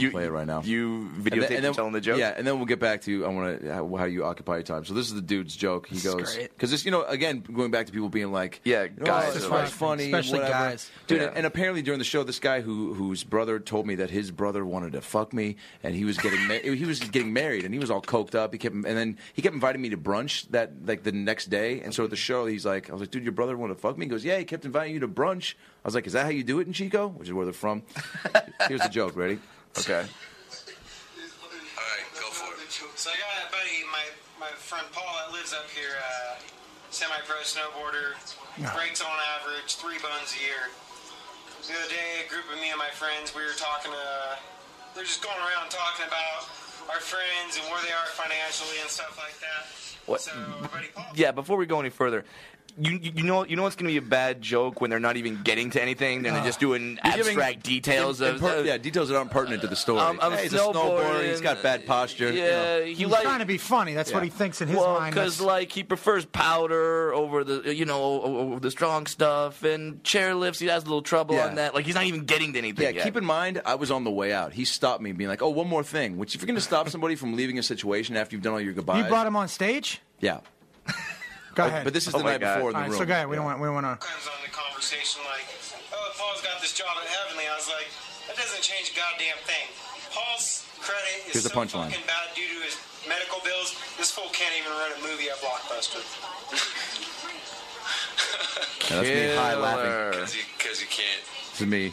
[SPEAKER 3] to
[SPEAKER 1] You-
[SPEAKER 3] play it right now.
[SPEAKER 1] You
[SPEAKER 3] And
[SPEAKER 1] videotaped
[SPEAKER 3] then- and
[SPEAKER 1] them
[SPEAKER 3] then-
[SPEAKER 1] telling the joke.
[SPEAKER 3] Yeah, and then we'll get back to I want to how you occupy your time. So this is the dude's joke. He
[SPEAKER 2] is
[SPEAKER 3] goes
[SPEAKER 2] great.
[SPEAKER 3] because this, you know, again going back to people being like,
[SPEAKER 1] Yeah,
[SPEAKER 3] you know,
[SPEAKER 1] guys
[SPEAKER 3] it's
[SPEAKER 1] are
[SPEAKER 3] fun-
[SPEAKER 1] like-
[SPEAKER 3] funny,
[SPEAKER 2] Especially
[SPEAKER 3] whatever.
[SPEAKER 2] guys.
[SPEAKER 3] dude.
[SPEAKER 1] Yeah.
[SPEAKER 3] And apparently during the show, this guy who whose brother told me that his brother wanted to fuck me, and he was getting ma- he was getting married, and he was all coked up. He kept and then he kept inviting me to brunch that like the next day, and so at the show he's like, I was like, dude, your brother wanted to fuck me. He goes, yeah, he kept inviting you to brunch. I was like, is that how you do it in Chico? Which is where they're from. Here's the joke. Ready?
[SPEAKER 1] Okay.
[SPEAKER 4] Alright, go for it.
[SPEAKER 5] So I got a buddy, my, my friend Paul, that lives up here, uh, semi-pro snowboarder, breaks on average three bones a year. The other day, a group of me and my friends, we were talking to, they're just going around talking about our friends and where they are financially and stuff like that.
[SPEAKER 1] What-
[SPEAKER 5] So, our buddy Paul.
[SPEAKER 1] Yeah, before we go any further, you you you know you know it's going to be a bad joke when they're not even getting to anything. They're just doing
[SPEAKER 3] giving
[SPEAKER 1] abstract details
[SPEAKER 3] In-
[SPEAKER 1] of.
[SPEAKER 3] imper-
[SPEAKER 1] of-
[SPEAKER 3] yeah, details that aren't pertinent to the story.
[SPEAKER 1] uh, I'm- I'm
[SPEAKER 3] Hey, he's a
[SPEAKER 1] snowboarding.
[SPEAKER 3] snowboarder. He's got bad posture. you
[SPEAKER 1] yeah,
[SPEAKER 3] know.
[SPEAKER 1] he
[SPEAKER 2] he's
[SPEAKER 1] like,
[SPEAKER 2] trying to be funny. That's what he thinks in his
[SPEAKER 1] well,
[SPEAKER 2] mind.
[SPEAKER 1] because
[SPEAKER 2] That's-
[SPEAKER 1] like he prefers powder over the you know o- over the strong stuff and chair lifts. He has a little trouble
[SPEAKER 3] Yeah.
[SPEAKER 1] on that. Like he's not even getting to anything.
[SPEAKER 3] Yeah,
[SPEAKER 1] yet.
[SPEAKER 3] keep in mind, I was on the way out. He stopped me, being like, "Oh, one more thing." Which, if you're going to stop somebody from leaving a situation after you've done all your goodbyes,
[SPEAKER 2] you brought him on stage.
[SPEAKER 3] yeah.
[SPEAKER 2] Go
[SPEAKER 3] But,
[SPEAKER 2] ahead.
[SPEAKER 3] but this is
[SPEAKER 1] Oh
[SPEAKER 3] the
[SPEAKER 1] my
[SPEAKER 3] night
[SPEAKER 1] God.
[SPEAKER 3] before in the
[SPEAKER 2] All right,
[SPEAKER 3] room.
[SPEAKER 2] so go ahead. We don't want. We don't want to.
[SPEAKER 5] comes on the conversation like, oh, Paul's got this job at Heavenly. I was like, that doesn't change a goddamn thing. Paul's credit
[SPEAKER 3] Here's
[SPEAKER 5] is
[SPEAKER 3] the
[SPEAKER 5] so
[SPEAKER 3] punchline.
[SPEAKER 5] fucking bad due to his medical bills. This fool can't even run a movie at Blockbuster.
[SPEAKER 3] Yeah, that's me high laughing.
[SPEAKER 4] Because he, 'cause he can't,
[SPEAKER 3] To me,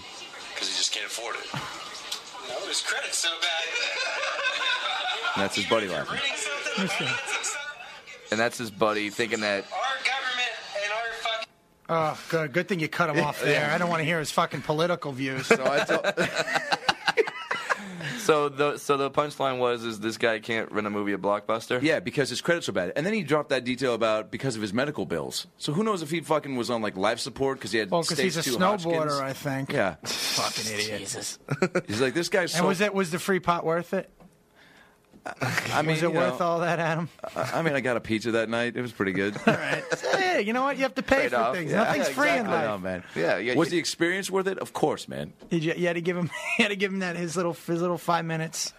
[SPEAKER 4] because he just can't afford it.
[SPEAKER 5] No, his credit so bad.
[SPEAKER 3] That's his buddy
[SPEAKER 5] You're
[SPEAKER 3] laughing.
[SPEAKER 5] reading something about it.
[SPEAKER 1] And that's his buddy thinking that
[SPEAKER 5] Our government and our
[SPEAKER 2] Oh,
[SPEAKER 5] fucking
[SPEAKER 2] good. Good thing you cut him off there. I don't want to hear his fucking political views.
[SPEAKER 3] So I told-
[SPEAKER 1] So the so the punchline was is this guy can't rent a movie at Blockbuster?
[SPEAKER 3] yeah, because his credits were bad, and then he dropped that detail about because of his medical bills. So who knows if he fucking was on like life support because he had
[SPEAKER 2] Well, because
[SPEAKER 3] stage
[SPEAKER 2] he's a
[SPEAKER 3] two
[SPEAKER 2] snowboarder, I
[SPEAKER 3] Hodgkin's.
[SPEAKER 2] think.
[SPEAKER 3] Yeah,
[SPEAKER 2] Fucking idiot.
[SPEAKER 3] he's like this guy's.
[SPEAKER 2] And
[SPEAKER 3] so,
[SPEAKER 2] was it was the free pot worth it?
[SPEAKER 3] I mean,
[SPEAKER 2] Was it
[SPEAKER 3] you know,
[SPEAKER 2] worth all that, Adam?
[SPEAKER 3] I I mean, I got a pizza that night. It was pretty good.
[SPEAKER 2] Right. hey, you know what? You have to pay for
[SPEAKER 1] off,
[SPEAKER 2] things.
[SPEAKER 1] yeah.
[SPEAKER 2] Nothing's
[SPEAKER 3] Yeah,
[SPEAKER 2] free in
[SPEAKER 3] exactly.
[SPEAKER 2] life.
[SPEAKER 3] No, man.
[SPEAKER 1] Yeah, yeah,
[SPEAKER 3] Was
[SPEAKER 1] you-
[SPEAKER 3] the experience worth it? Of course, man.
[SPEAKER 2] You, you had to give him. You had to give him that his little his little five minutes.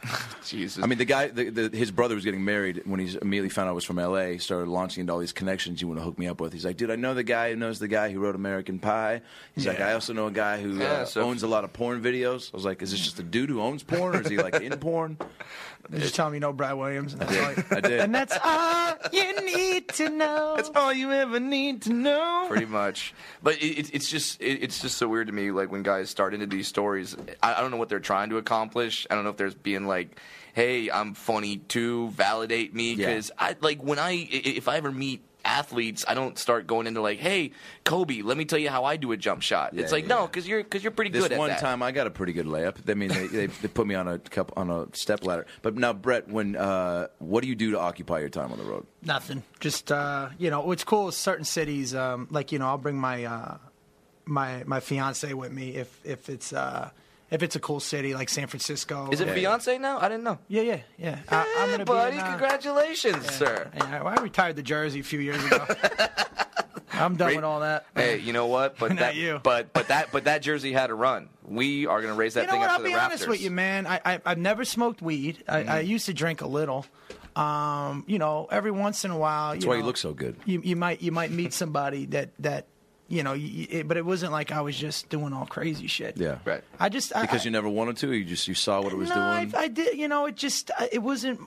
[SPEAKER 1] Jesus.
[SPEAKER 3] I mean, the guy, the, the, his brother was getting married when he immediately found out I was from LA. He started launching into all these connections you want to hook me up with. He's like, dude, I know the guy who knows the guy who wrote American Pie. He's like, I also know a guy who
[SPEAKER 1] Yeah,
[SPEAKER 3] uh,
[SPEAKER 1] so-
[SPEAKER 3] owns a lot of porn videos. I was like, is this just a dude who owns porn, or is he like in porn?
[SPEAKER 2] You just tell him you know Brad Williams, and that's all.
[SPEAKER 3] I did.
[SPEAKER 2] And that's all you need to know.
[SPEAKER 3] That's all you ever need to know.
[SPEAKER 1] pretty much. But it, it, it's just it, it's just so weird to me. Like when guys start into these stories, I, I don't know what they're trying to accomplish. I don't know if there's being like, "Hey, I'm funny too. Validate me."
[SPEAKER 3] Yeah.
[SPEAKER 1] Because I like when I i- if I ever meet athletes, I don't start going into like, "Hey, Kobe, let me tell you how I do a jump shot."
[SPEAKER 3] Yeah,
[SPEAKER 1] it's like
[SPEAKER 3] yeah,
[SPEAKER 1] no,
[SPEAKER 3] yeah.
[SPEAKER 1] because you're because you're pretty
[SPEAKER 3] This
[SPEAKER 1] good at
[SPEAKER 3] one
[SPEAKER 1] that.
[SPEAKER 3] time, I got a pretty good layup. I mean, they, they, they put me on a cup on a step ladder. But now, Brett, when uh, what do you do to occupy your time on the road?
[SPEAKER 2] Nothing. Just uh, you know, what's cool is certain cities. Um, like you know, I'll bring my uh, my my fiance with me if if it's uh, if it's a cool city like San Francisco.
[SPEAKER 1] Is it Beyonce now? I didn't know.
[SPEAKER 2] Yeah, yeah, yeah. I, I'm
[SPEAKER 1] Hey,
[SPEAKER 2] gonna
[SPEAKER 1] buddy,
[SPEAKER 2] be in, uh,
[SPEAKER 1] congratulations, sir.
[SPEAKER 2] Yeah, well, I retired to Jersey a few years ago. I'm done
[SPEAKER 1] Great.
[SPEAKER 2] with all that.
[SPEAKER 1] Hey, you know what? But
[SPEAKER 2] Not
[SPEAKER 1] that,
[SPEAKER 2] you.
[SPEAKER 1] but but that, but that jersey had a run. We are gonna raise that
[SPEAKER 2] you know
[SPEAKER 1] thing
[SPEAKER 2] what?
[SPEAKER 1] up
[SPEAKER 2] I'll
[SPEAKER 1] to
[SPEAKER 2] be
[SPEAKER 1] the
[SPEAKER 2] honest
[SPEAKER 1] rafters.
[SPEAKER 2] with you, man. I, I I've never smoked weed. I, I
[SPEAKER 3] Mm-hmm.
[SPEAKER 2] used to drink a little. Um, you know, every once in a while.
[SPEAKER 3] That's why you look so good.
[SPEAKER 2] You you might you might meet somebody that that you know. You, you- it, but it wasn't like I was just doing all crazy shit.
[SPEAKER 3] Yeah,
[SPEAKER 1] Right.
[SPEAKER 2] I just I,
[SPEAKER 3] Because
[SPEAKER 2] I,
[SPEAKER 3] you never wanted to. You just you saw what it was
[SPEAKER 2] no,
[SPEAKER 3] doing.
[SPEAKER 2] I, I did. You know, it just I- it wasn't. I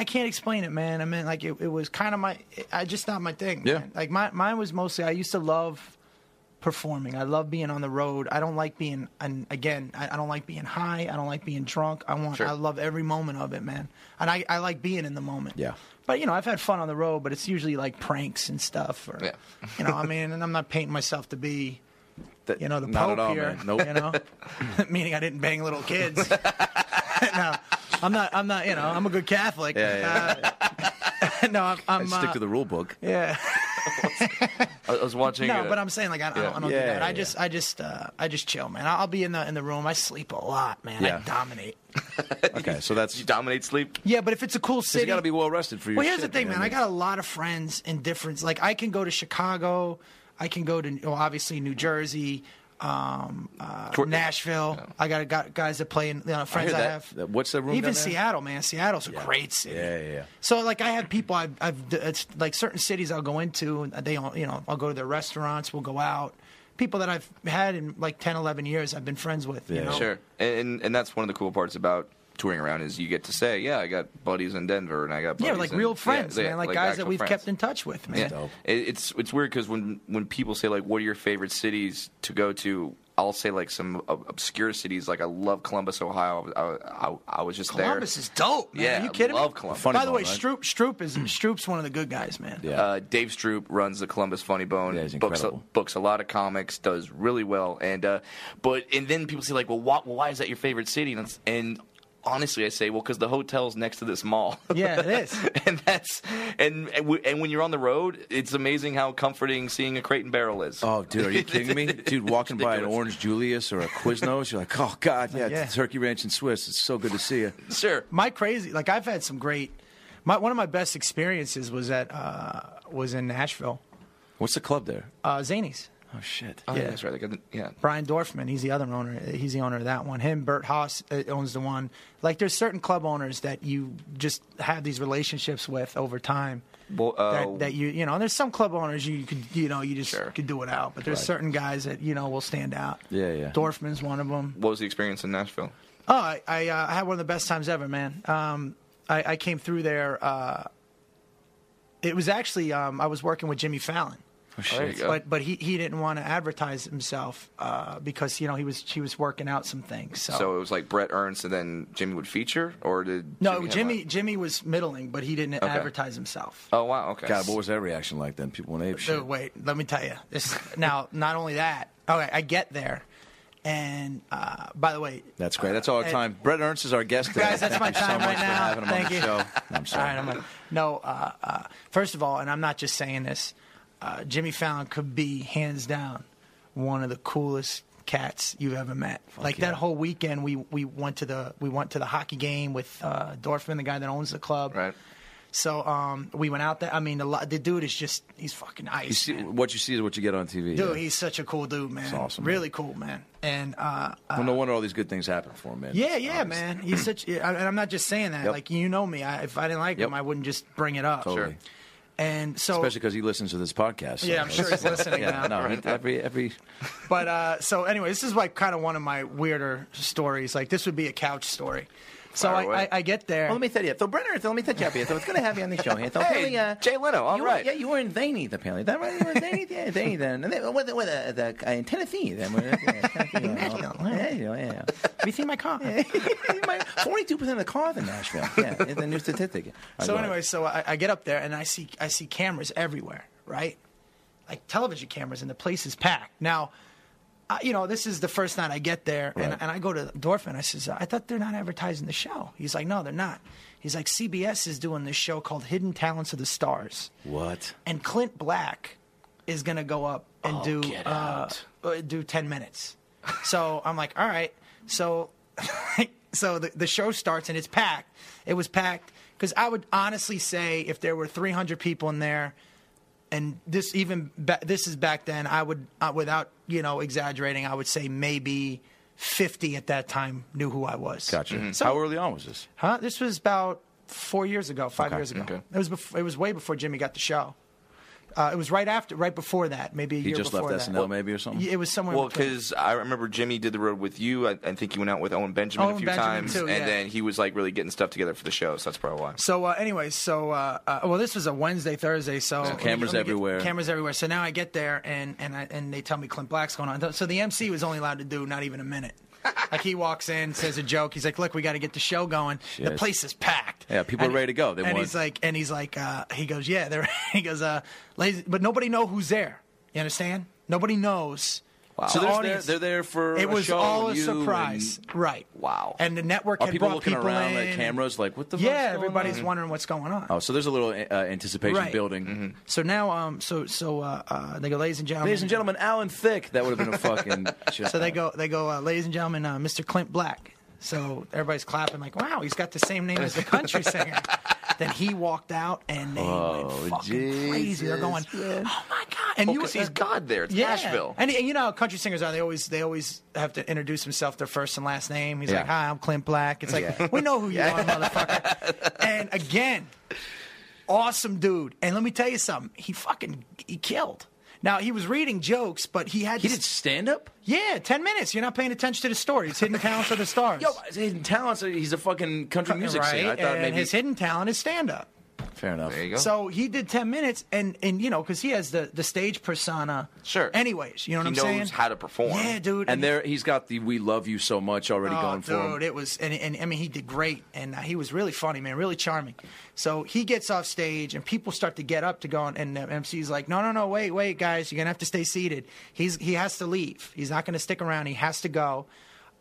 [SPEAKER 2] I can't explain it, man. I mean, like it, it was kind of my. I just not my thing.
[SPEAKER 3] Yeah.
[SPEAKER 2] man. Like my mine was mostly. I used to love performing. I love being on the road. I don't like being. And again, I, I don't like being high. I don't like being drunk. I want.
[SPEAKER 1] Sure.
[SPEAKER 2] I love every moment of it, man. And I I like being in the moment.
[SPEAKER 3] Yeah.
[SPEAKER 2] But you know, I've had fun on the road, but it's usually like pranks and stuff. Or,
[SPEAKER 1] Yeah.
[SPEAKER 2] You know, I mean, and I'm not painting myself to be.
[SPEAKER 3] That-
[SPEAKER 2] You know the
[SPEAKER 3] not
[SPEAKER 2] Pope
[SPEAKER 3] at all,
[SPEAKER 2] here.
[SPEAKER 3] man. Nope.
[SPEAKER 2] You know, meaning I didn't bang little kids. no, I'm not. I'm not. You know, I'm a good Catholic.
[SPEAKER 3] Yeah, yeah,
[SPEAKER 2] Uh, no, I'm.
[SPEAKER 3] I
[SPEAKER 2] I'm
[SPEAKER 3] stick
[SPEAKER 2] uh,
[SPEAKER 3] to the rule book.
[SPEAKER 2] Yeah.
[SPEAKER 1] I I was watching.
[SPEAKER 2] No,
[SPEAKER 1] uh,
[SPEAKER 2] but I'm saying like I, I don't. I don't
[SPEAKER 3] Yeah,
[SPEAKER 2] do that. I
[SPEAKER 3] yeah.
[SPEAKER 2] just. I just. Uh, I just chill, man. I'll be in the in the room. I sleep a lot, man.
[SPEAKER 3] Yeah.
[SPEAKER 2] I dominate.
[SPEAKER 3] Okay, so that's
[SPEAKER 1] you
[SPEAKER 3] you
[SPEAKER 1] dominate sleep.
[SPEAKER 2] Yeah, but if it's a cool city,
[SPEAKER 3] got to be well rested for your.
[SPEAKER 2] Well, here's
[SPEAKER 3] shit,
[SPEAKER 2] the thing, man. I got a lot of friends in different. Like, I can go to Chicago. I can go to well, obviously New Jersey, um, uh,
[SPEAKER 1] Tor-
[SPEAKER 2] Nashville. I got, got guys that play in you know, friends I,
[SPEAKER 3] that.
[SPEAKER 2] have.
[SPEAKER 3] That- what's the room
[SPEAKER 2] Even
[SPEAKER 3] down there?
[SPEAKER 2] Seattle, man. Seattle's a great city.
[SPEAKER 3] Yeah, yeah, yeah.
[SPEAKER 2] So like I have people I've, I've d- it's like certain cities I'll go into and they all you know I'll go to their restaurants we'll go out people that I've had in like 10 11 years I've been friends with you
[SPEAKER 3] Yeah.
[SPEAKER 2] know?
[SPEAKER 1] Sure, and, and and that's one of the cool parts about touring around is you get to say, yeah, I got buddies in Denver, and I got buddies
[SPEAKER 2] yeah like
[SPEAKER 1] in-
[SPEAKER 2] real
[SPEAKER 1] yeah,
[SPEAKER 2] friends
[SPEAKER 1] yeah,
[SPEAKER 2] man like, guys that
[SPEAKER 1] actual
[SPEAKER 2] we've
[SPEAKER 1] friends.
[SPEAKER 2] kept in touch with man
[SPEAKER 1] Yeah.
[SPEAKER 3] dope.
[SPEAKER 1] It, it's it's weird because when when people say like, what are your favorite cities to go to? I'll say like some ob- obscure cities. Like I love Columbus, Ohio. I, I, I was just there.
[SPEAKER 2] Columbus is dope. Man.
[SPEAKER 1] Yeah,
[SPEAKER 2] Are you kidding
[SPEAKER 1] love
[SPEAKER 2] me?
[SPEAKER 1] Columbus.
[SPEAKER 3] Funny
[SPEAKER 2] By the
[SPEAKER 3] bone,
[SPEAKER 2] way,
[SPEAKER 3] right? Hmm.
[SPEAKER 2] Stroop Stroop is Stroop's one of the good guys, man.
[SPEAKER 3] Yeah.
[SPEAKER 1] Uh, Dave Stroop runs the Columbus Funny Bone.
[SPEAKER 3] Yeah, he's
[SPEAKER 1] books a,
[SPEAKER 3] incredible.
[SPEAKER 1] books a lot of comics. Does really well. And uh, but and then people say like, well, why, why is that your favorite city? And, it's, and honestly, I say, well, because the hotel's next to this mall.
[SPEAKER 2] Yeah, it is.
[SPEAKER 1] and that's and and, w- and when you're on the road, it's amazing how comforting seeing a crate and barrel is.
[SPEAKER 3] Oh, dude, are you kidding me? Dude, walking by an
[SPEAKER 1] ridiculous.
[SPEAKER 3] Orange Julius or a Quiznos, you're like, oh god, yeah,
[SPEAKER 2] Yeah.
[SPEAKER 3] It's Turkey Ranch and Swiss. It's so good to see you.
[SPEAKER 1] sure.
[SPEAKER 2] My crazy, like I've had some great. My one of my best experiences was at uh, was in Nashville,
[SPEAKER 3] What's the club there?
[SPEAKER 2] uh, Zanies.
[SPEAKER 3] Oh shit.
[SPEAKER 1] Oh, yeah,
[SPEAKER 2] Yeah.
[SPEAKER 1] that's right. They got the- yeah.
[SPEAKER 2] Brian Dorfman, he's the other owner. He's the owner of that one. Him, Bert Haas uh, owns the one. Like there's certain club owners that you just have these relationships with over time.
[SPEAKER 1] Well, uh,
[SPEAKER 3] Oh.
[SPEAKER 2] that, that you you know there's some club owners you could you know you just could do it out but there's certain guys that you know will stand out
[SPEAKER 3] Yeah, yeah.
[SPEAKER 2] dorfman's one of them
[SPEAKER 1] what was the experience in Nashville?
[SPEAKER 2] Oh, I I, uh, I had one of the best times ever, man. Um, I, I came through there. Uh, it was actually um, I was working with Jimmy Fallon,
[SPEAKER 1] There you go.
[SPEAKER 2] But but he, he didn't want to advertise himself uh, because you know he was he was working out some things. So,
[SPEAKER 1] so it was like Brett Ernst and then Jimmy would feature, or did Jimmy
[SPEAKER 2] no,
[SPEAKER 1] have
[SPEAKER 2] Jimmy
[SPEAKER 1] a-
[SPEAKER 2] Jimmy was middling, but he didn't advertise himself.
[SPEAKER 1] Oh wow, okay.
[SPEAKER 3] God, what was that reaction like then? People went ape shit.
[SPEAKER 2] Dude, wait, let me tell you. This now, not only that. Okay, I get there, and uh, by the way,
[SPEAKER 3] That's great. That's all our
[SPEAKER 2] Uh,
[SPEAKER 3] time. Brett Ernst is our guest today.
[SPEAKER 2] Guys, that's
[SPEAKER 3] Thank
[SPEAKER 2] my
[SPEAKER 3] you so
[SPEAKER 2] time
[SPEAKER 3] much
[SPEAKER 2] right
[SPEAKER 3] for
[SPEAKER 2] now.
[SPEAKER 3] having him
[SPEAKER 2] Thank
[SPEAKER 3] on the
[SPEAKER 2] you.
[SPEAKER 3] show. No, I'm
[SPEAKER 2] All
[SPEAKER 3] sorry.
[SPEAKER 2] right, I'm like, no. Uh, uh, first of all, and I'm not just saying this. Uh, Jimmy Fallon could be hands down one of the coolest cats you've ever met. like
[SPEAKER 3] yeah.
[SPEAKER 2] that whole weekend, we we went to the we went to the hockey game with uh, Dorfman, the guy that owns the club.
[SPEAKER 1] Right.
[SPEAKER 2] So um, we went out there. I mean, the, lo- the dude is just he's fucking ice.
[SPEAKER 3] You see,
[SPEAKER 2] man.
[SPEAKER 3] what you see is what you get on TV.
[SPEAKER 2] Dude,
[SPEAKER 3] yeah.
[SPEAKER 2] he's such a cool dude, man.
[SPEAKER 3] awesome, man.
[SPEAKER 2] Really cool, man. And uh, uh,
[SPEAKER 3] well, no wonder all these good things happen for him, man.
[SPEAKER 2] yeah,
[SPEAKER 3] It's
[SPEAKER 2] yeah,
[SPEAKER 3] honest.
[SPEAKER 2] man. He's such. yeah, I- And I'm not just saying that.
[SPEAKER 3] Yep.
[SPEAKER 2] Like you know me. I, if I didn't like
[SPEAKER 3] Yep.
[SPEAKER 2] him, I wouldn't just bring it up.
[SPEAKER 3] Totally.
[SPEAKER 2] And so,
[SPEAKER 3] Especially because he listens to this podcast. so
[SPEAKER 2] Yeah, I'm sure he's listening
[SPEAKER 3] yeah,
[SPEAKER 2] now.
[SPEAKER 3] No, he- every every
[SPEAKER 2] but uh, so anyway, this is like kind of one of my weirder stories. Like this would be a couch story. So
[SPEAKER 1] Fire
[SPEAKER 2] I,
[SPEAKER 1] away.
[SPEAKER 2] I, I get there.
[SPEAKER 6] Well, let me tell you. So, Brenner, so let me touch you up here. So, it's going to have you on the show here. So,
[SPEAKER 1] Hey,
[SPEAKER 6] apparently, uh,
[SPEAKER 1] Jay Leno, all
[SPEAKER 6] you
[SPEAKER 1] right.
[SPEAKER 6] Were, yeah, you were in Zanies, apparently. Is that right? You were in Zanies? Yeah, Zanies. Then. And then, with, with, uh, the, uh, in Tennessee. Then, we're, yeah, Tennessee you know. yeah, yeah, yeah.
[SPEAKER 2] have you seen my car?
[SPEAKER 6] Forty-two percent of the cars in Nashville. Yeah, it's a new statistic. All right,
[SPEAKER 2] So
[SPEAKER 6] go
[SPEAKER 2] anyway,
[SPEAKER 6] ahead.
[SPEAKER 2] so I, I get up there and I see I see cameras everywhere, right? Like television cameras, and the place is packed. Now, I, you know, this is the first night I get there, and, and I go to Dorfman. I says, I thought they're not advertising the show. He's like, No, they're not. He's like, CBS is doing this show called Hidden Talents of the Stars,
[SPEAKER 3] what?
[SPEAKER 2] and Clint Black is gonna go up and do
[SPEAKER 3] Oh, get
[SPEAKER 2] uh,
[SPEAKER 3] out.
[SPEAKER 2] uh, do ten minutes. So I'm like, All right, so so the, the show starts and it's packed. It was packed because I would honestly say if there were 300 people in there, and this even ba- this is back then, I would uh, without you know exaggerating, I would say maybe 50 at that time knew who I was.
[SPEAKER 3] Gotcha.
[SPEAKER 2] So-
[SPEAKER 3] Mm-hmm. How early on was this?
[SPEAKER 2] Huh? This was about four years ago, five years ago.
[SPEAKER 3] okay.
[SPEAKER 2] It was before, it was way before Jimmy got the show. Uh, it was right after, right before that, maybe a
[SPEAKER 3] He
[SPEAKER 2] year
[SPEAKER 3] just left
[SPEAKER 2] before
[SPEAKER 3] SNL
[SPEAKER 2] that.
[SPEAKER 3] maybe or something.
[SPEAKER 2] Yeah, It was somewhere.
[SPEAKER 1] Well,
[SPEAKER 2] between.
[SPEAKER 1] because I remember Jimmy did the road with you. I, I think you went out with Owen Benjamin
[SPEAKER 2] Owen
[SPEAKER 1] a few
[SPEAKER 2] Benjamin,
[SPEAKER 1] times,
[SPEAKER 2] too, yeah.
[SPEAKER 1] and then he was like really getting stuff together for the show. So that's probably why.
[SPEAKER 2] So, uh, anyways, so uh, uh, well, this was a Wednesday, Thursday. So let me-
[SPEAKER 3] cameras
[SPEAKER 2] let me get-
[SPEAKER 3] everywhere.
[SPEAKER 2] Cameras everywhere. So now I get there, and and I, and they tell me Clint Black's going on. So the MC was only allowed to do not even a minute. like he walks in, says a joke. He's like, "Look, we got to get the show going. The
[SPEAKER 3] Shit.
[SPEAKER 2] place is packed.
[SPEAKER 3] Yeah, people are
[SPEAKER 2] And-
[SPEAKER 3] ready to go. They
[SPEAKER 2] and
[SPEAKER 3] want-
[SPEAKER 2] he's like, and he's like, uh, he goes, yeah, they're. He goes, uh, ladies, but nobody know who's there. You understand? Nobody knows. Wow.
[SPEAKER 3] So they're there, they're there for
[SPEAKER 2] It
[SPEAKER 3] a
[SPEAKER 2] was
[SPEAKER 3] show
[SPEAKER 2] all
[SPEAKER 3] and
[SPEAKER 2] a
[SPEAKER 3] you
[SPEAKER 2] surprise,
[SPEAKER 3] and-
[SPEAKER 2] right?
[SPEAKER 1] Wow.
[SPEAKER 2] And the network
[SPEAKER 3] Are
[SPEAKER 2] had
[SPEAKER 3] people
[SPEAKER 2] brought
[SPEAKER 3] looking
[SPEAKER 2] people
[SPEAKER 3] around
[SPEAKER 2] in.
[SPEAKER 3] at cameras like what the? fuck's
[SPEAKER 2] Yeah,
[SPEAKER 3] going
[SPEAKER 2] everybody's
[SPEAKER 3] on?
[SPEAKER 2] wondering what's going on.
[SPEAKER 3] Oh, so there's a little uh, anticipation
[SPEAKER 2] Right.
[SPEAKER 3] building.
[SPEAKER 1] Mm-hmm.
[SPEAKER 2] So now, um, so so uh, uh, they go, ladies and gentlemen,
[SPEAKER 3] Ladies and gentlemen, Alan Thick. That would have been a fucking.
[SPEAKER 2] So they go, they go, uh, ladies and gentlemen, uh, Mr. Clint Black. So everybody's clapping, like, wow, he's got the same name as the country singer. then he walked out, and they
[SPEAKER 3] Oh,
[SPEAKER 2] went fucking crazy. They're going, oh my god! And
[SPEAKER 1] Because he's God there. It's
[SPEAKER 2] Yeah.
[SPEAKER 1] Nashville.
[SPEAKER 2] And, and you know how country singers are. They always they always have to introduce themselves, their first and last name. He's
[SPEAKER 3] Yeah.
[SPEAKER 2] like, Hi, I'm Clint Black. It's like, we know who you are, motherfucker. and again, awesome dude. And let me tell you something. He fucking he killed. Now he was reading jokes, but he had
[SPEAKER 3] He
[SPEAKER 2] to-
[SPEAKER 3] did stand up.
[SPEAKER 2] Yeah, ten minutes. You're not paying attention to the story. It's hidden talents of the stars.
[SPEAKER 3] Yo, his talents. He's a fucking country music
[SPEAKER 2] Uh, right?
[SPEAKER 3] singer. I thought
[SPEAKER 2] and
[SPEAKER 3] maybe
[SPEAKER 2] his hidden talent is stand up.
[SPEAKER 3] fair enough.
[SPEAKER 1] There you go.
[SPEAKER 2] So he did ten minutes, and and you know, because he has the the stage persona.
[SPEAKER 1] Sure.
[SPEAKER 2] Anyways, you know what
[SPEAKER 1] He
[SPEAKER 2] I'm
[SPEAKER 1] knows
[SPEAKER 2] saying?
[SPEAKER 1] how to perform.
[SPEAKER 2] Yeah, dude.
[SPEAKER 3] And there, he's got the "We love you so much" already
[SPEAKER 2] Oh,
[SPEAKER 3] going for him.
[SPEAKER 2] dude, it was, and, and I mean, he did great, and uh, he was really funny, man, really charming. So he gets off stage, and people start to get up to go, on, and the MC's like, "No, no, no, wait, wait, guys, you're gonna have to stay seated. He's he has to leave. He's not gonna stick around. He has to go."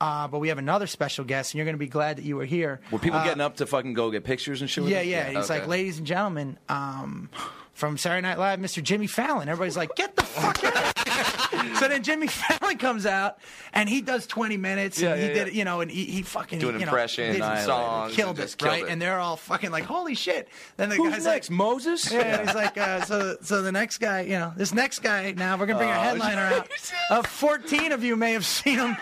[SPEAKER 2] Uh, but we have another special guest, and you're gonna be glad that you were here.
[SPEAKER 3] Were people getting up to fucking go get pictures and shit? with
[SPEAKER 2] uh, Yeah,
[SPEAKER 3] him?
[SPEAKER 2] yeah. He's
[SPEAKER 1] okay.
[SPEAKER 2] like, ladies and gentlemen, um, from Saturday Night Live, Mr. Jimmy Fallon. Everybody's like, get the fuck out. so then Jimmy Fallon comes out and he does 20 minutes.
[SPEAKER 3] Yeah,
[SPEAKER 2] and he
[SPEAKER 3] yeah,
[SPEAKER 2] did,
[SPEAKER 3] yeah.
[SPEAKER 2] you know, and he, he fucking
[SPEAKER 1] Do an
[SPEAKER 2] you know,
[SPEAKER 1] impression,
[SPEAKER 2] did-
[SPEAKER 1] and songs,
[SPEAKER 2] killed
[SPEAKER 1] and
[SPEAKER 2] it,
[SPEAKER 1] just killed
[SPEAKER 2] right?
[SPEAKER 1] it.
[SPEAKER 2] And they're all fucking like, holy shit. Then the
[SPEAKER 3] Who's
[SPEAKER 2] guy's
[SPEAKER 3] next,
[SPEAKER 2] like,
[SPEAKER 3] Moses?
[SPEAKER 2] yeah, and he's like, uh, so, so the next guy, you know, this next guy. Now we're gonna bring
[SPEAKER 1] Oh.
[SPEAKER 2] Uh,
[SPEAKER 1] Oh.
[SPEAKER 2] a headliner out. Of fourteen of you may have seen him.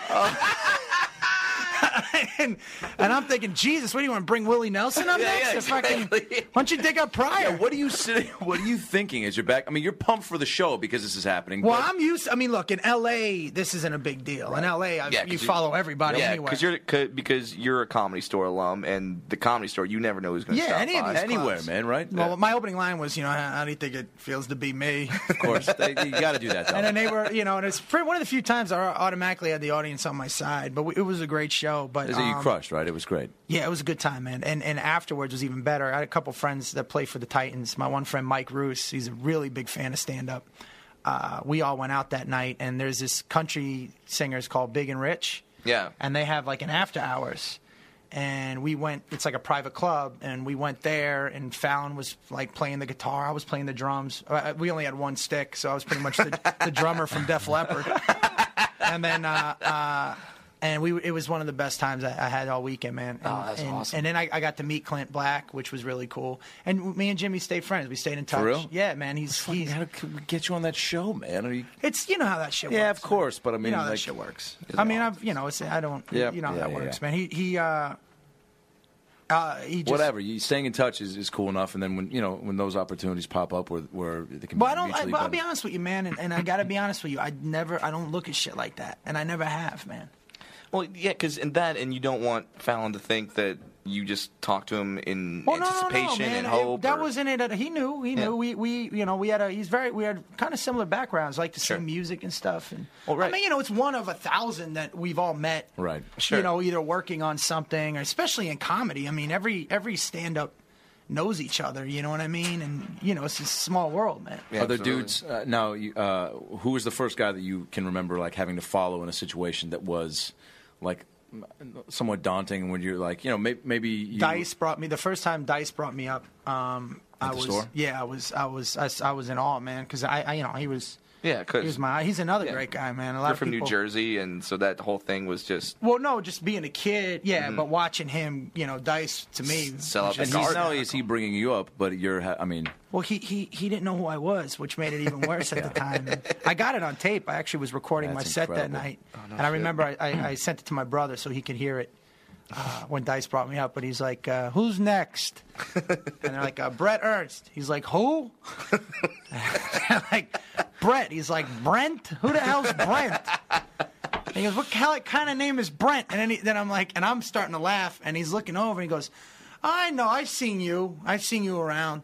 [SPEAKER 2] and, and I'm thinking, Jesus, what do you want to bring Willie Nelson up
[SPEAKER 1] Yeah,
[SPEAKER 2] next?
[SPEAKER 1] yeah,
[SPEAKER 2] Or fucking-
[SPEAKER 1] exactly.
[SPEAKER 2] why don't you dig up Pryor?
[SPEAKER 3] Yeah, what are you sitting? What are you thinking as you're back? I mean, you're pumped for the show because this is happening.
[SPEAKER 2] well,
[SPEAKER 3] but-
[SPEAKER 2] I'm used. I mean, look in L.A. This isn't a big deal. In L.A., I,
[SPEAKER 1] Yeah, 'cause
[SPEAKER 2] you
[SPEAKER 1] you-
[SPEAKER 2] follow everybody
[SPEAKER 1] yeah,
[SPEAKER 2] anyway.
[SPEAKER 1] because you're cause, because you're a comedy store alum, and the comedy store you never know who's going to
[SPEAKER 2] Yeah,
[SPEAKER 1] stop
[SPEAKER 2] any of
[SPEAKER 1] by.
[SPEAKER 2] these
[SPEAKER 3] anywhere,
[SPEAKER 2] clubs.
[SPEAKER 3] man. Right?
[SPEAKER 2] well, my opening line was, you know, how, how do you think it feels to be me?
[SPEAKER 3] of course, They- you got to do that. Though.
[SPEAKER 2] and then they were, you know, and it's pretty, one of the few times I automatically had the audience on my side. But we, it was a great show. But
[SPEAKER 3] Is it you
[SPEAKER 2] um,
[SPEAKER 3] crushed, right? It was great.
[SPEAKER 2] Yeah, it was a good time, man. And and afterwards was even better. I had a couple friends that play for the Titans. My one friend Mike Roos, he's a really big fan of stand up. Uh, we all went out that night, and there's this country singers called Big and Rich.
[SPEAKER 1] Yeah.
[SPEAKER 2] and they have like an after hours, and we went. It's like a private club, and we went there, and Fallon was like playing the guitar. I was playing the drums. Uh, We only had one stick, so I was pretty much the, the drummer from Def Leppard. and then uh, uh, and we it was one of the best times I, I had all weekend, man. And,
[SPEAKER 1] Oh, that's
[SPEAKER 2] and,
[SPEAKER 1] awesome.
[SPEAKER 2] And then I, I got to meet Clint Black, which was really cool. And me and Jimmy stayed friends. We stayed in touch.
[SPEAKER 3] real?
[SPEAKER 2] Yeah, man. He's he's
[SPEAKER 3] How could we get you on that show, man? Are you,
[SPEAKER 2] it's you know how that shit works.
[SPEAKER 3] yeah, of course, but I mean,
[SPEAKER 2] You know how that
[SPEAKER 3] like,
[SPEAKER 2] shit works. I mean, I've you know it's, I don't.
[SPEAKER 3] Yeah.
[SPEAKER 2] You know how
[SPEAKER 3] Yeah,
[SPEAKER 2] that
[SPEAKER 3] yeah,
[SPEAKER 2] works,
[SPEAKER 3] yeah.
[SPEAKER 2] man. He he uh, uh he just,
[SPEAKER 3] whatever. You staying in touch is, is cool enough, and then when you know when those opportunities pop up, where where they can.
[SPEAKER 2] Well, I
[SPEAKER 3] be
[SPEAKER 2] don't. I,
[SPEAKER 3] mutually
[SPEAKER 2] well, I'll
[SPEAKER 3] beneficial.
[SPEAKER 2] be honest with you, man, and, and I gotta be honest with you. I never. I don't look at shit like that, and I never have, man.
[SPEAKER 1] Well, yeah, because in that, and you don't want Fallon to think that you just talk to him in
[SPEAKER 2] Well, no, no, no,
[SPEAKER 1] anticipation
[SPEAKER 2] man.
[SPEAKER 1] and
[SPEAKER 2] It-
[SPEAKER 1] hope.
[SPEAKER 2] that
[SPEAKER 1] or-
[SPEAKER 2] wasn't it. He knew. He knew.
[SPEAKER 1] Yeah.
[SPEAKER 2] We, we, you know, we had a. He's very. We had kind of similar backgrounds, like the
[SPEAKER 1] Sure.
[SPEAKER 2] same music and stuff. And
[SPEAKER 1] Well, right.
[SPEAKER 2] I mean, you know, it's one of a thousand that we've all met.
[SPEAKER 3] Right.
[SPEAKER 1] Sure.
[SPEAKER 2] You know, either working on something, or especially in comedy. I mean, every every stand up knows each other. You know what I mean? And you know, it's a small world, man.
[SPEAKER 1] Yeah,
[SPEAKER 3] Other
[SPEAKER 1] absolutely.
[SPEAKER 3] dudes. Uh, now, you, uh, who was the first guy that you can remember like having to follow in a situation that was like m- somewhat daunting? When you're like, you know, maybe, maybe you,
[SPEAKER 2] Dice brought me the first time. Dice brought me up. Um, I
[SPEAKER 3] the
[SPEAKER 2] was
[SPEAKER 3] store?
[SPEAKER 2] yeah, I was I was I, s- I was in awe, man, because I, I you know he was
[SPEAKER 1] Yeah, 'cause-
[SPEAKER 2] he was my he's another
[SPEAKER 1] Yeah.
[SPEAKER 2] great guy, man. A lot
[SPEAKER 1] You're
[SPEAKER 2] of
[SPEAKER 1] from
[SPEAKER 2] people,
[SPEAKER 1] New Jersey, and so that whole thing was just
[SPEAKER 2] Well, no, just being a kid, yeah. But watching him, you know, Dice to me,
[SPEAKER 1] Mm-hmm. sell out
[SPEAKER 2] which
[SPEAKER 1] the
[SPEAKER 3] And
[SPEAKER 2] is-
[SPEAKER 3] he's not only is he bringing you up, but you're. Ha- I mean,
[SPEAKER 2] well, he he he didn't know who I was, which made it even worse at the time. I got it on tape. I actually was recording my
[SPEAKER 3] That's
[SPEAKER 2] set
[SPEAKER 3] incredible.
[SPEAKER 2] that night, and I remember I, I, I sent it to my brother so he could hear it. Uh, when Dice brought me up, but he's like, uh, "Who's next?" And they're like, uh, "Brett Ernst." He's like, "Who?" like, "Brett." He's like, "Brent? Who the hell's Brent?" And he goes, "What hell, kind of name is Brent?" And then, he, then I'm like, and I'm starting to laugh, and he's looking over, and he goes, "I know, I've seen you, I've seen you around.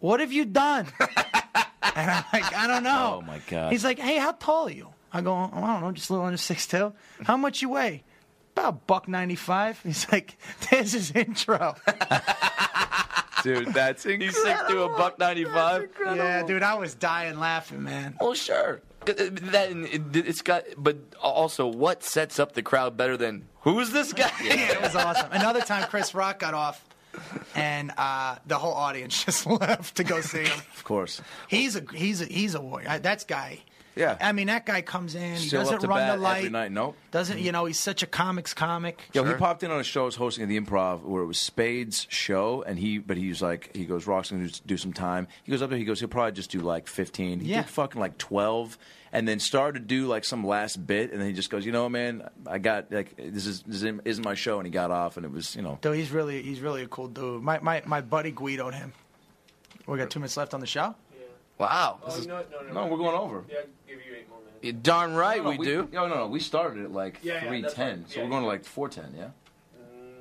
[SPEAKER 2] What have you done?" and I'm like, "I don't know."
[SPEAKER 3] Oh, my God.
[SPEAKER 2] He's like, "Hey, how tall are you?" I go, "Oh, "I don't know, just a little under six two. How much you weigh?" About buck ninety five. He's like, "There's his intro."
[SPEAKER 1] dude. That's incredible. He's sick to a buck ninety five.
[SPEAKER 2] yeah, dude, I was dying laughing, man.
[SPEAKER 1] Well, sure. uh, That it, it's got, but also, what sets up the crowd better than who's this guy?
[SPEAKER 2] Yeah, it was awesome. Another time, Chris Rock got off, and uh, the whole audience just left to go see him.
[SPEAKER 3] of course.
[SPEAKER 2] He's a he's a he's a warrior. I- That's guy.
[SPEAKER 3] Yeah.
[SPEAKER 2] I mean, that guy comes in. He
[SPEAKER 3] Still up
[SPEAKER 2] doesn't
[SPEAKER 3] to
[SPEAKER 2] run
[SPEAKER 3] bat
[SPEAKER 2] the
[SPEAKER 3] every
[SPEAKER 2] light.
[SPEAKER 3] night. Nope.
[SPEAKER 2] Doesn't you know? He's such a comics comic.
[SPEAKER 3] Yo, he popped in on a show I was hosting at the Improv where it was Spade's show, and he but he was like he goes Rock's gonna do some time. He goes up there, he goes he'll probably just do like fifteen. He
[SPEAKER 2] Yeah.
[SPEAKER 3] did fucking like twelve, and then started to do like some last bit, and then he just goes, you know, man, I got like this is this isn't- isn't my show, and he got off, and it was you know
[SPEAKER 2] Though he's really he's really a cool dude. My my my buddy guidoed him. We got two minutes left on the show.
[SPEAKER 1] Wow. This
[SPEAKER 7] Oh,
[SPEAKER 1] is-
[SPEAKER 7] you know what? No, no,
[SPEAKER 3] no, we're going over.
[SPEAKER 7] Yeah, I'll give you eight more minutes.
[SPEAKER 1] you're darn right
[SPEAKER 3] No,
[SPEAKER 1] we, do.
[SPEAKER 3] No, no, no, we started at like
[SPEAKER 7] Yeah, yeah,
[SPEAKER 3] three
[SPEAKER 7] that's
[SPEAKER 3] ten,
[SPEAKER 7] right.
[SPEAKER 3] so
[SPEAKER 7] Yeah,
[SPEAKER 3] we're
[SPEAKER 7] yeah.
[SPEAKER 3] going to like four ten, yeah.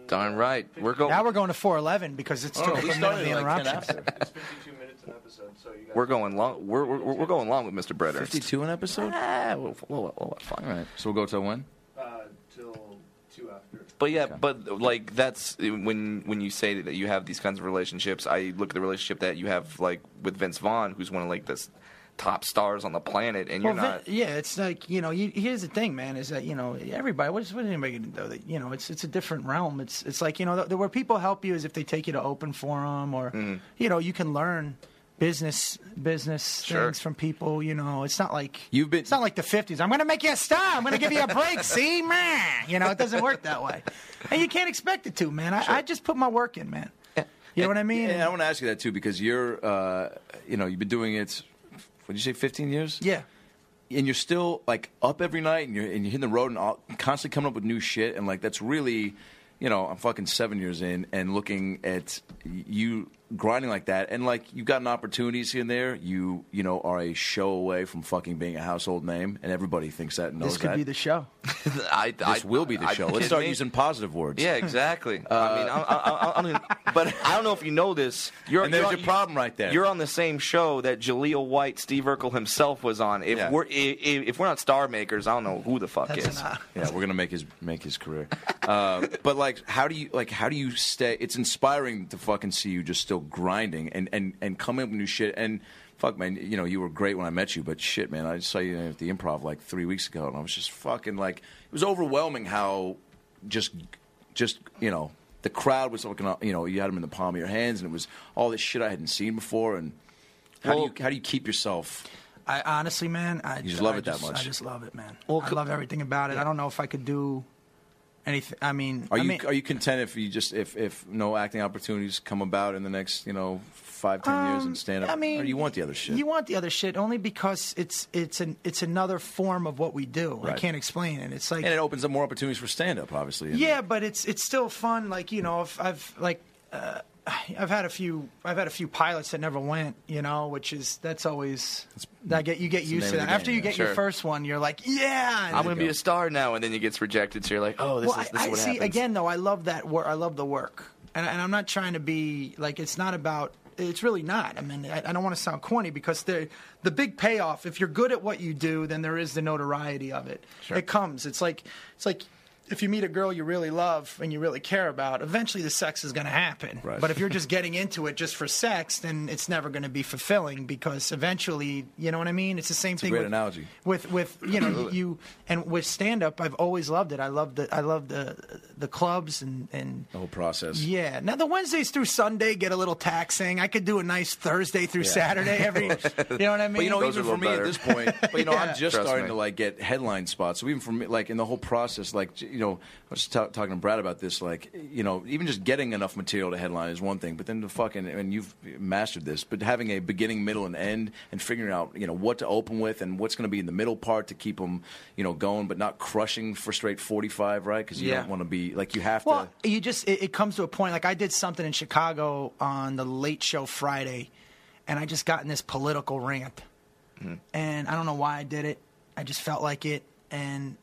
[SPEAKER 1] Darn right. We're going.
[SPEAKER 2] Now we're going to four eleven because it's
[SPEAKER 3] No,
[SPEAKER 2] took
[SPEAKER 3] no,
[SPEAKER 2] a
[SPEAKER 3] we
[SPEAKER 2] minute
[SPEAKER 3] Oh,
[SPEAKER 2] of
[SPEAKER 3] started
[SPEAKER 2] the
[SPEAKER 3] at like ten
[SPEAKER 2] interruption.
[SPEAKER 3] after.
[SPEAKER 7] It's 52 minutes an episode, so you got
[SPEAKER 1] We're going long. We're we're, we're going long with Mr. Brett Ernst.
[SPEAKER 3] Fifty-two an episode. All
[SPEAKER 1] Ah, well, well, well, fine.
[SPEAKER 3] right, so we'll go till when?
[SPEAKER 7] uh, till two after.
[SPEAKER 1] But yeah, but like that's when when you say that you have these kinds of relationships. I look at the relationship that you have like with Vince Vaughn, who's one of like the s- top stars on the planet, and you're
[SPEAKER 2] Well,
[SPEAKER 1] not.
[SPEAKER 2] Vin- yeah, it's like you know. You, here's the thing, man, is that you know everybody. What is what is anybody going to do? That you know, it's it's a different realm. It's it's like you know the, where people help you is if they take you to open forum or
[SPEAKER 3] Mm-hmm.
[SPEAKER 2] you know you can learn business business
[SPEAKER 1] Sure.
[SPEAKER 2] things from people. You know, it's not like
[SPEAKER 3] You've been-
[SPEAKER 2] It's not like the '50s. I'm going to make you a star. I'm going to give you a break. See, man. You know, it doesn't work that way, and you can't expect it to, man. I, I just put my work in, man. You know what I mean?
[SPEAKER 3] Yeah, I want to ask you that too because you're, uh, you know, you've been doing it. What did you say? Fifteen years?
[SPEAKER 2] yeah.
[SPEAKER 3] and you're still like up every night and you're, and you're hitting the road and all, constantly coming up with new shit and like that's really you know i'm fucking seven years in and looking at you grinding like that and like you've gotten opportunities here and there you you know are a show away from fucking being a household name and everybody thinks that and knows
[SPEAKER 2] This could
[SPEAKER 3] that
[SPEAKER 2] be the show.
[SPEAKER 1] I, I,
[SPEAKER 3] this will be the
[SPEAKER 1] I-
[SPEAKER 3] show
[SPEAKER 1] you
[SPEAKER 3] let's
[SPEAKER 1] kidding
[SPEAKER 3] start
[SPEAKER 1] me?
[SPEAKER 3] using positive words
[SPEAKER 1] Yeah, exactly.
[SPEAKER 3] Uh,
[SPEAKER 1] I mean, I, I, I, I don't even, but I don't know if you know this. You're,
[SPEAKER 3] and there's
[SPEAKER 1] you're,
[SPEAKER 3] your problem right there
[SPEAKER 1] You're on the same show that Jaleel White, Steve Urkel himself was on. If
[SPEAKER 3] Yeah.
[SPEAKER 1] we're if, if we're not star makers, I don't know who the fuck is.
[SPEAKER 3] Yeah, we're gonna make his make his career. Uh, but like, how do you like? How do you stay? It's inspiring to fucking see you just still grinding and and and coming up with new shit. And fuck, man, you know you were great when I met you, but shit, man, I saw you at the Improv like three weeks ago, and I was just fucking like, it was overwhelming how just just you know the crowd was looking, up- you know, you had them in the palm of your hands, and it was all this shit I hadn't seen before. And how
[SPEAKER 1] Well-
[SPEAKER 3] do you how do you keep yourself?
[SPEAKER 2] I honestly, man, I
[SPEAKER 3] You just love
[SPEAKER 2] I
[SPEAKER 3] it that much.
[SPEAKER 2] I just love it, man.
[SPEAKER 1] Well,
[SPEAKER 2] I
[SPEAKER 1] c-
[SPEAKER 2] love everything about it. I don't know if I could do anything. I mean,
[SPEAKER 3] Are
[SPEAKER 2] I
[SPEAKER 3] you
[SPEAKER 2] mean,
[SPEAKER 3] are you content if you just if if no acting opportunities come about in the next you know five ten years
[SPEAKER 2] Um,
[SPEAKER 3] and stand up?
[SPEAKER 2] I mean,
[SPEAKER 3] or you want the other shit?
[SPEAKER 2] You want the other shit only because it's it's an it's another form of what we do. I
[SPEAKER 3] Right.
[SPEAKER 2] can't explain it. It's like
[SPEAKER 3] and it opens up more opportunities for stand up, obviously. and-
[SPEAKER 2] yeah, but it's it's still fun. Like you know, if I've like uh, I've had a few I've had a few pilots that never went. You know, which is that's always I get you get
[SPEAKER 3] the name
[SPEAKER 2] used to
[SPEAKER 3] of
[SPEAKER 2] that.
[SPEAKER 3] the
[SPEAKER 2] After
[SPEAKER 3] game,
[SPEAKER 2] you
[SPEAKER 3] yeah.
[SPEAKER 2] get
[SPEAKER 1] Sure.
[SPEAKER 2] your first one, you're like, yeah. and
[SPEAKER 1] I'm gonna
[SPEAKER 3] go.
[SPEAKER 1] be a star now, and then he gets rejected. So you're like, oh, this
[SPEAKER 2] well,
[SPEAKER 1] is this
[SPEAKER 2] I,
[SPEAKER 1] is what
[SPEAKER 2] I see
[SPEAKER 1] happens.
[SPEAKER 2] again though. I love that work. I love the work, and, and I'm not trying to be like it's not about. It's really not. I mean, I, I don't want to sound corny because the the big payoff. If you're good at what you do, then there is the notoriety of it. It comes. It's like it's like if you meet a girl you really love and you really care about, eventually the sex is going to happen.
[SPEAKER 3] Right.
[SPEAKER 2] But if you're just getting into it just for sex, then it's never going to be fulfilling because eventually, you know what I mean. It's the same
[SPEAKER 3] a
[SPEAKER 2] thing.
[SPEAKER 3] great
[SPEAKER 2] with,
[SPEAKER 3] analogy.
[SPEAKER 2] with with you know you and with stand up I've always loved it. I love the I love the the clubs and and
[SPEAKER 3] the whole process.
[SPEAKER 2] yeah. Now the Wednesdays through Sunday get a little taxing. I could do a nice Thursday through Saturday every you know what I mean?
[SPEAKER 3] But you know,
[SPEAKER 1] Those are
[SPEAKER 3] even
[SPEAKER 1] a
[SPEAKER 3] for me
[SPEAKER 1] little better.
[SPEAKER 3] at this point, but you know, I'm just
[SPEAKER 1] Trust
[SPEAKER 3] starting
[SPEAKER 1] me.
[SPEAKER 3] to like get headline spots. So even for me, like in the whole process, like j- you know, I was ta- talking to Brad about this. Like you know, even just getting enough material to headline is one thing, but then the fucking and you've mastered this, but having a beginning, middle, and end, and figuring out you know what to open with and what's going to be in the middle part to keep them you know going, but not crushing for straight 45, right? Because you
[SPEAKER 2] Yeah.
[SPEAKER 3] don't want to be like you have
[SPEAKER 2] Well,
[SPEAKER 3] to.
[SPEAKER 2] you just it, it comes to a point. Like I did something in Chicago on the Late Show Friday, and I just got in this political rant,
[SPEAKER 3] Mm-hmm.
[SPEAKER 2] and I don't know why I did it. I just felt like it, and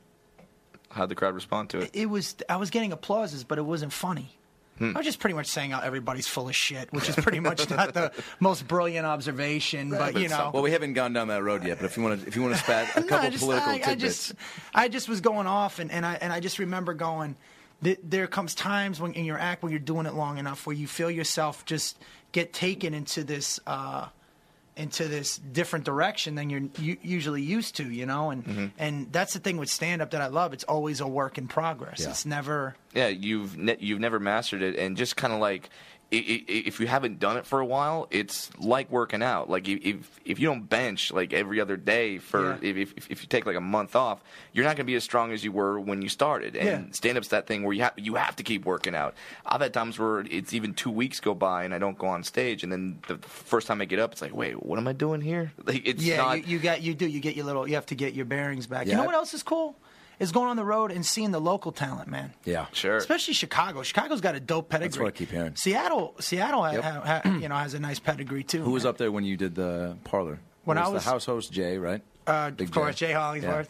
[SPEAKER 1] How'd the crowd respond to it?
[SPEAKER 2] it was I was getting applauses, but it wasn't funny.
[SPEAKER 3] Hmm.
[SPEAKER 2] I was just pretty much saying how everybody's full of shit, which is pretty much not the most brilliant observation, but you know.
[SPEAKER 3] Well, we haven't gone down that road yet, but if you want to, if you want to spat a
[SPEAKER 2] No,
[SPEAKER 3] couple
[SPEAKER 2] I just,
[SPEAKER 3] political
[SPEAKER 2] I,
[SPEAKER 3] tidbits,
[SPEAKER 2] I just, I just was going off, and, and I and I just remember going. th- There comes times when in your act when you're doing it long enough where you feel yourself just get taken into this uh, into this different direction than you're u- usually used to, you know. And
[SPEAKER 3] Mm-hmm.
[SPEAKER 2] and that's the thing with stand up that I love. It's always a work in progress. It's never
[SPEAKER 1] yeah, you've ne- you've never mastered it, and just kind of like i- i- i- if you haven't done it for a while, it's like working out. Like i- if if you don't bench like every other day for
[SPEAKER 2] Yeah.
[SPEAKER 1] if, if if you take like a month off, you're not going to be as strong as you were when you started. And
[SPEAKER 2] Yeah.
[SPEAKER 1] stand up's that thing where you have you have to keep working out. I've had times where it's even two weeks go by and I don't go on stage, and then the first time I get up, it's like, wait, what am I doing here? Like it's
[SPEAKER 2] yeah,
[SPEAKER 1] not.
[SPEAKER 2] you, you got you do you get your little you have to get your bearings back.
[SPEAKER 3] Yeah,
[SPEAKER 2] You know
[SPEAKER 3] I-
[SPEAKER 2] what else is cool is going on the road and seeing the local talent, man.
[SPEAKER 3] yeah,
[SPEAKER 1] Sure.
[SPEAKER 2] Especially Chicago. Chicago's got a dope pedigree.
[SPEAKER 3] what I keep hearing.
[SPEAKER 2] Seattle, Seattle, ha-
[SPEAKER 3] Yep.
[SPEAKER 2] ha- ha- you know, has a nice pedigree too.
[SPEAKER 3] Who was up there when you did the parlor?
[SPEAKER 2] When
[SPEAKER 3] It
[SPEAKER 2] I was-
[SPEAKER 3] the house host, Jay, right?
[SPEAKER 2] Uh,
[SPEAKER 3] Big
[SPEAKER 2] of course, Jay Hollingsworth.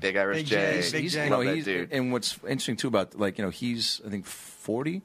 [SPEAKER 1] Big Irish
[SPEAKER 2] Big
[SPEAKER 1] Jay.
[SPEAKER 2] J's, big
[SPEAKER 3] He's,
[SPEAKER 2] Jay.
[SPEAKER 3] you know,
[SPEAKER 1] Love that
[SPEAKER 3] he's,
[SPEAKER 1] dude.
[SPEAKER 3] and what's interesting too about like you know he's I think forty,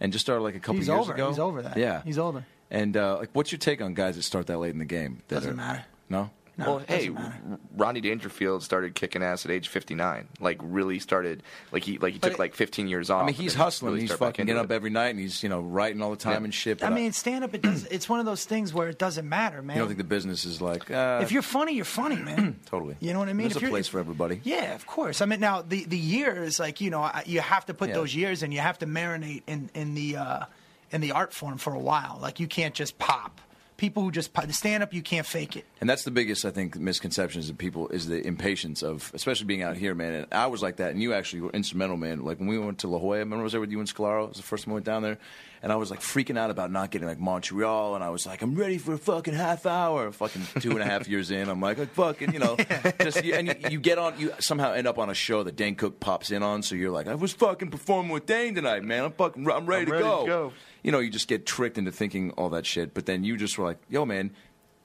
[SPEAKER 3] and just started like a couple
[SPEAKER 2] He's
[SPEAKER 3] years
[SPEAKER 2] over.
[SPEAKER 3] ago.
[SPEAKER 2] He's over that.
[SPEAKER 3] Yeah,
[SPEAKER 2] He's older.
[SPEAKER 3] And uh, like, what's your take on guys that start that late in the game? That
[SPEAKER 2] Doesn't
[SPEAKER 3] are-
[SPEAKER 2] matter.
[SPEAKER 3] No.
[SPEAKER 2] No,
[SPEAKER 1] well,
[SPEAKER 2] it doesn't
[SPEAKER 1] hey,
[SPEAKER 2] matter.
[SPEAKER 1] R- Ronnie Dangerfield started kicking ass at age 59. Like really started like he like he
[SPEAKER 2] But
[SPEAKER 1] took
[SPEAKER 2] it-
[SPEAKER 1] like 15 years off.
[SPEAKER 3] I mean,
[SPEAKER 1] and
[SPEAKER 3] he's
[SPEAKER 1] then
[SPEAKER 3] hustling.
[SPEAKER 1] really
[SPEAKER 3] he's
[SPEAKER 1] started back
[SPEAKER 3] fucking
[SPEAKER 1] into
[SPEAKER 3] getting up
[SPEAKER 1] it.
[SPEAKER 3] every night, and he's you know writing all the time
[SPEAKER 1] Yeah.
[SPEAKER 3] and shit.
[SPEAKER 2] I
[SPEAKER 3] but
[SPEAKER 2] mean, stand up. It does. It's one of those things where it doesn't matter, man.
[SPEAKER 3] you don't think the business is like uh,
[SPEAKER 2] if you're funny, you're funny, man.
[SPEAKER 3] totally.
[SPEAKER 2] You know what I mean?
[SPEAKER 3] There's
[SPEAKER 2] If
[SPEAKER 3] a
[SPEAKER 2] you're-
[SPEAKER 3] place for everybody.
[SPEAKER 2] Yeah, of course. I mean, now the the years, like you know, I- you have to put
[SPEAKER 3] Yeah.
[SPEAKER 2] those years in. You have to marinate in in the uh, in the art form for a while. Like you can't just pop people who just the stand up you can't fake it.
[SPEAKER 3] And that's the biggest, I think, misconceptions of people is the impatience of, especially being out here, man. And I was like that, and you actually were instrumental, man. Like when we went to La Jolla, remember I was there with you and Scalaro? It was the first time we went down there, and I was like freaking out about not getting like Montreal, and I was like, I'm ready for a fucking half hour. Fucking two and a half years in, I'm like, like fucking, you know, just you, and you, you get on, you somehow end up on a show that Dane Cook pops in on, so you're like, I was fucking performing with Dane tonight, man. I'm fucking,
[SPEAKER 1] I'm
[SPEAKER 3] I'm ready,
[SPEAKER 1] ready to
[SPEAKER 3] To
[SPEAKER 1] go.
[SPEAKER 3] go you know, you just get tricked into thinking all that shit. But then you just were like, yo, man,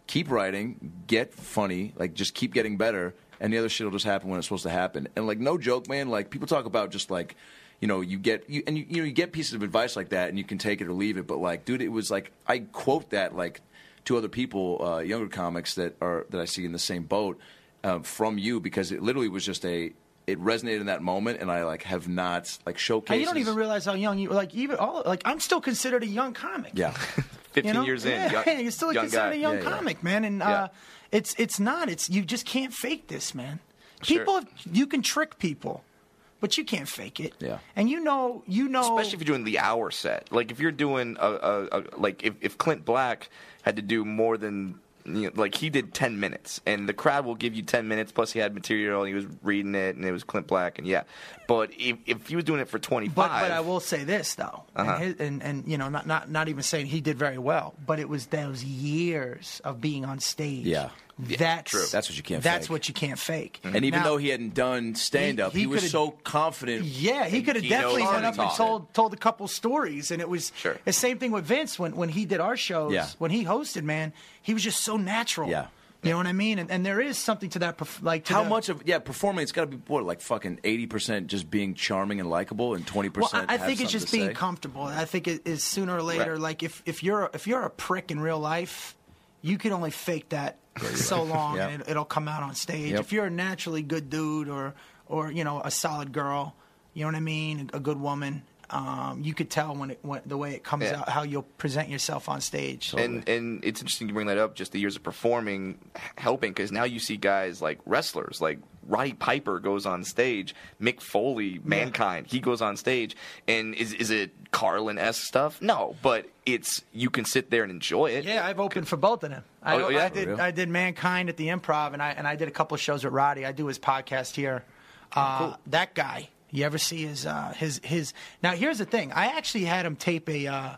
[SPEAKER 3] keep writing, get funny, like just keep getting better, and the other shit will just happen when it's supposed to happen. And like, no joke, man. Like people talk about just like, you know, you get you and you, you know you get pieces of advice like that, and you can take it or leave it. But like, dude, it was like I quote that like to other people, uh, younger comics that are that I see in the same boat uh, from you because it literally was just a. It resonated in that moment, and I like have not like showcased.
[SPEAKER 2] And you don't even realize how young you like. Even all like I'm still considered a young comic.
[SPEAKER 3] yeah.
[SPEAKER 1] 15
[SPEAKER 2] you know?
[SPEAKER 1] years in.
[SPEAKER 2] Yeah,
[SPEAKER 1] young-
[SPEAKER 2] you're still
[SPEAKER 1] young
[SPEAKER 2] considered
[SPEAKER 1] guy.
[SPEAKER 2] a young
[SPEAKER 3] Yeah, yeah.
[SPEAKER 2] comic, man. And uh, it's it's not. It's you just can't fake this, man. People, have, you can trick people, but you can't fake it.
[SPEAKER 3] Yeah.
[SPEAKER 2] And you know, you know,
[SPEAKER 1] especially if you're doing the hour set. Like if you're doing a, a, a like if, if Clint Black had to do more than you know, like he did 10 minutes and the crowd will give you 10 minutes plus he had material and he was reading it and it was Clint Black and yeah. But if if he was doing it for 25
[SPEAKER 2] But, but I will say this though,
[SPEAKER 3] Uh-huh.
[SPEAKER 2] and, his, and and you know, not, not not even saying he did very well, but it was those years of being on stage.
[SPEAKER 3] Yeah.
[SPEAKER 2] that's
[SPEAKER 1] true.
[SPEAKER 3] That's what you can't
[SPEAKER 2] That's
[SPEAKER 3] fake.
[SPEAKER 2] what you can't fake.
[SPEAKER 3] And even
[SPEAKER 2] Now-
[SPEAKER 3] though he hadn't done stand up,
[SPEAKER 2] he
[SPEAKER 3] he, was
[SPEAKER 2] could've-
[SPEAKER 3] so confident.
[SPEAKER 2] Yeah, he could have
[SPEAKER 1] Gino
[SPEAKER 2] definitely went up and
[SPEAKER 1] Tartaglia.
[SPEAKER 2] told told a couple stories, and it was
[SPEAKER 1] Sure.
[SPEAKER 2] the same thing with Vince when when he did our shows.
[SPEAKER 3] Yeah.
[SPEAKER 2] When he hosted, man, he was just so natural.
[SPEAKER 3] Yeah.
[SPEAKER 2] you know what I mean. And, and there is something to that, perf- like to
[SPEAKER 3] How
[SPEAKER 2] the-
[SPEAKER 3] much of yeah performing? It's got to be what like fucking eighty percent just being charming and likable, and twenty
[SPEAKER 2] Well,
[SPEAKER 3] percent.
[SPEAKER 2] I, I think it's just being comfortable. I think it is sooner or later. Like if if you're if you're a prick in real life, you can only fake that so long,
[SPEAKER 3] Yeah.
[SPEAKER 2] and it, it'll come out on stage.
[SPEAKER 3] Yep.
[SPEAKER 2] If you're a naturally good dude, or or you know a solid girl, you know what I mean, a, a good woman. Um, you could tell when it when, the way it comes
[SPEAKER 1] Yeah.
[SPEAKER 2] out how you'll present yourself on stage.
[SPEAKER 1] and and it's interesting you bring that up. Just the years of performing, h- helping because now you see guys like wrestlers, like Roddy Piper goes on stage, Mick Foley, Mankind, he goes on stage, and is is it Carlin esque stuff? No, but it's you can sit there and enjoy it.
[SPEAKER 2] Yeah, I've opened for both of them. I,
[SPEAKER 1] Oh, yeah?
[SPEAKER 2] I did.
[SPEAKER 3] For real?
[SPEAKER 2] I did Mankind at the Improv, and I and I did a couple of shows with Roddy. I do his podcast here. Uh, That guy. You ever see his uh, his his? Now here's the thing. I actually had him tape a uh,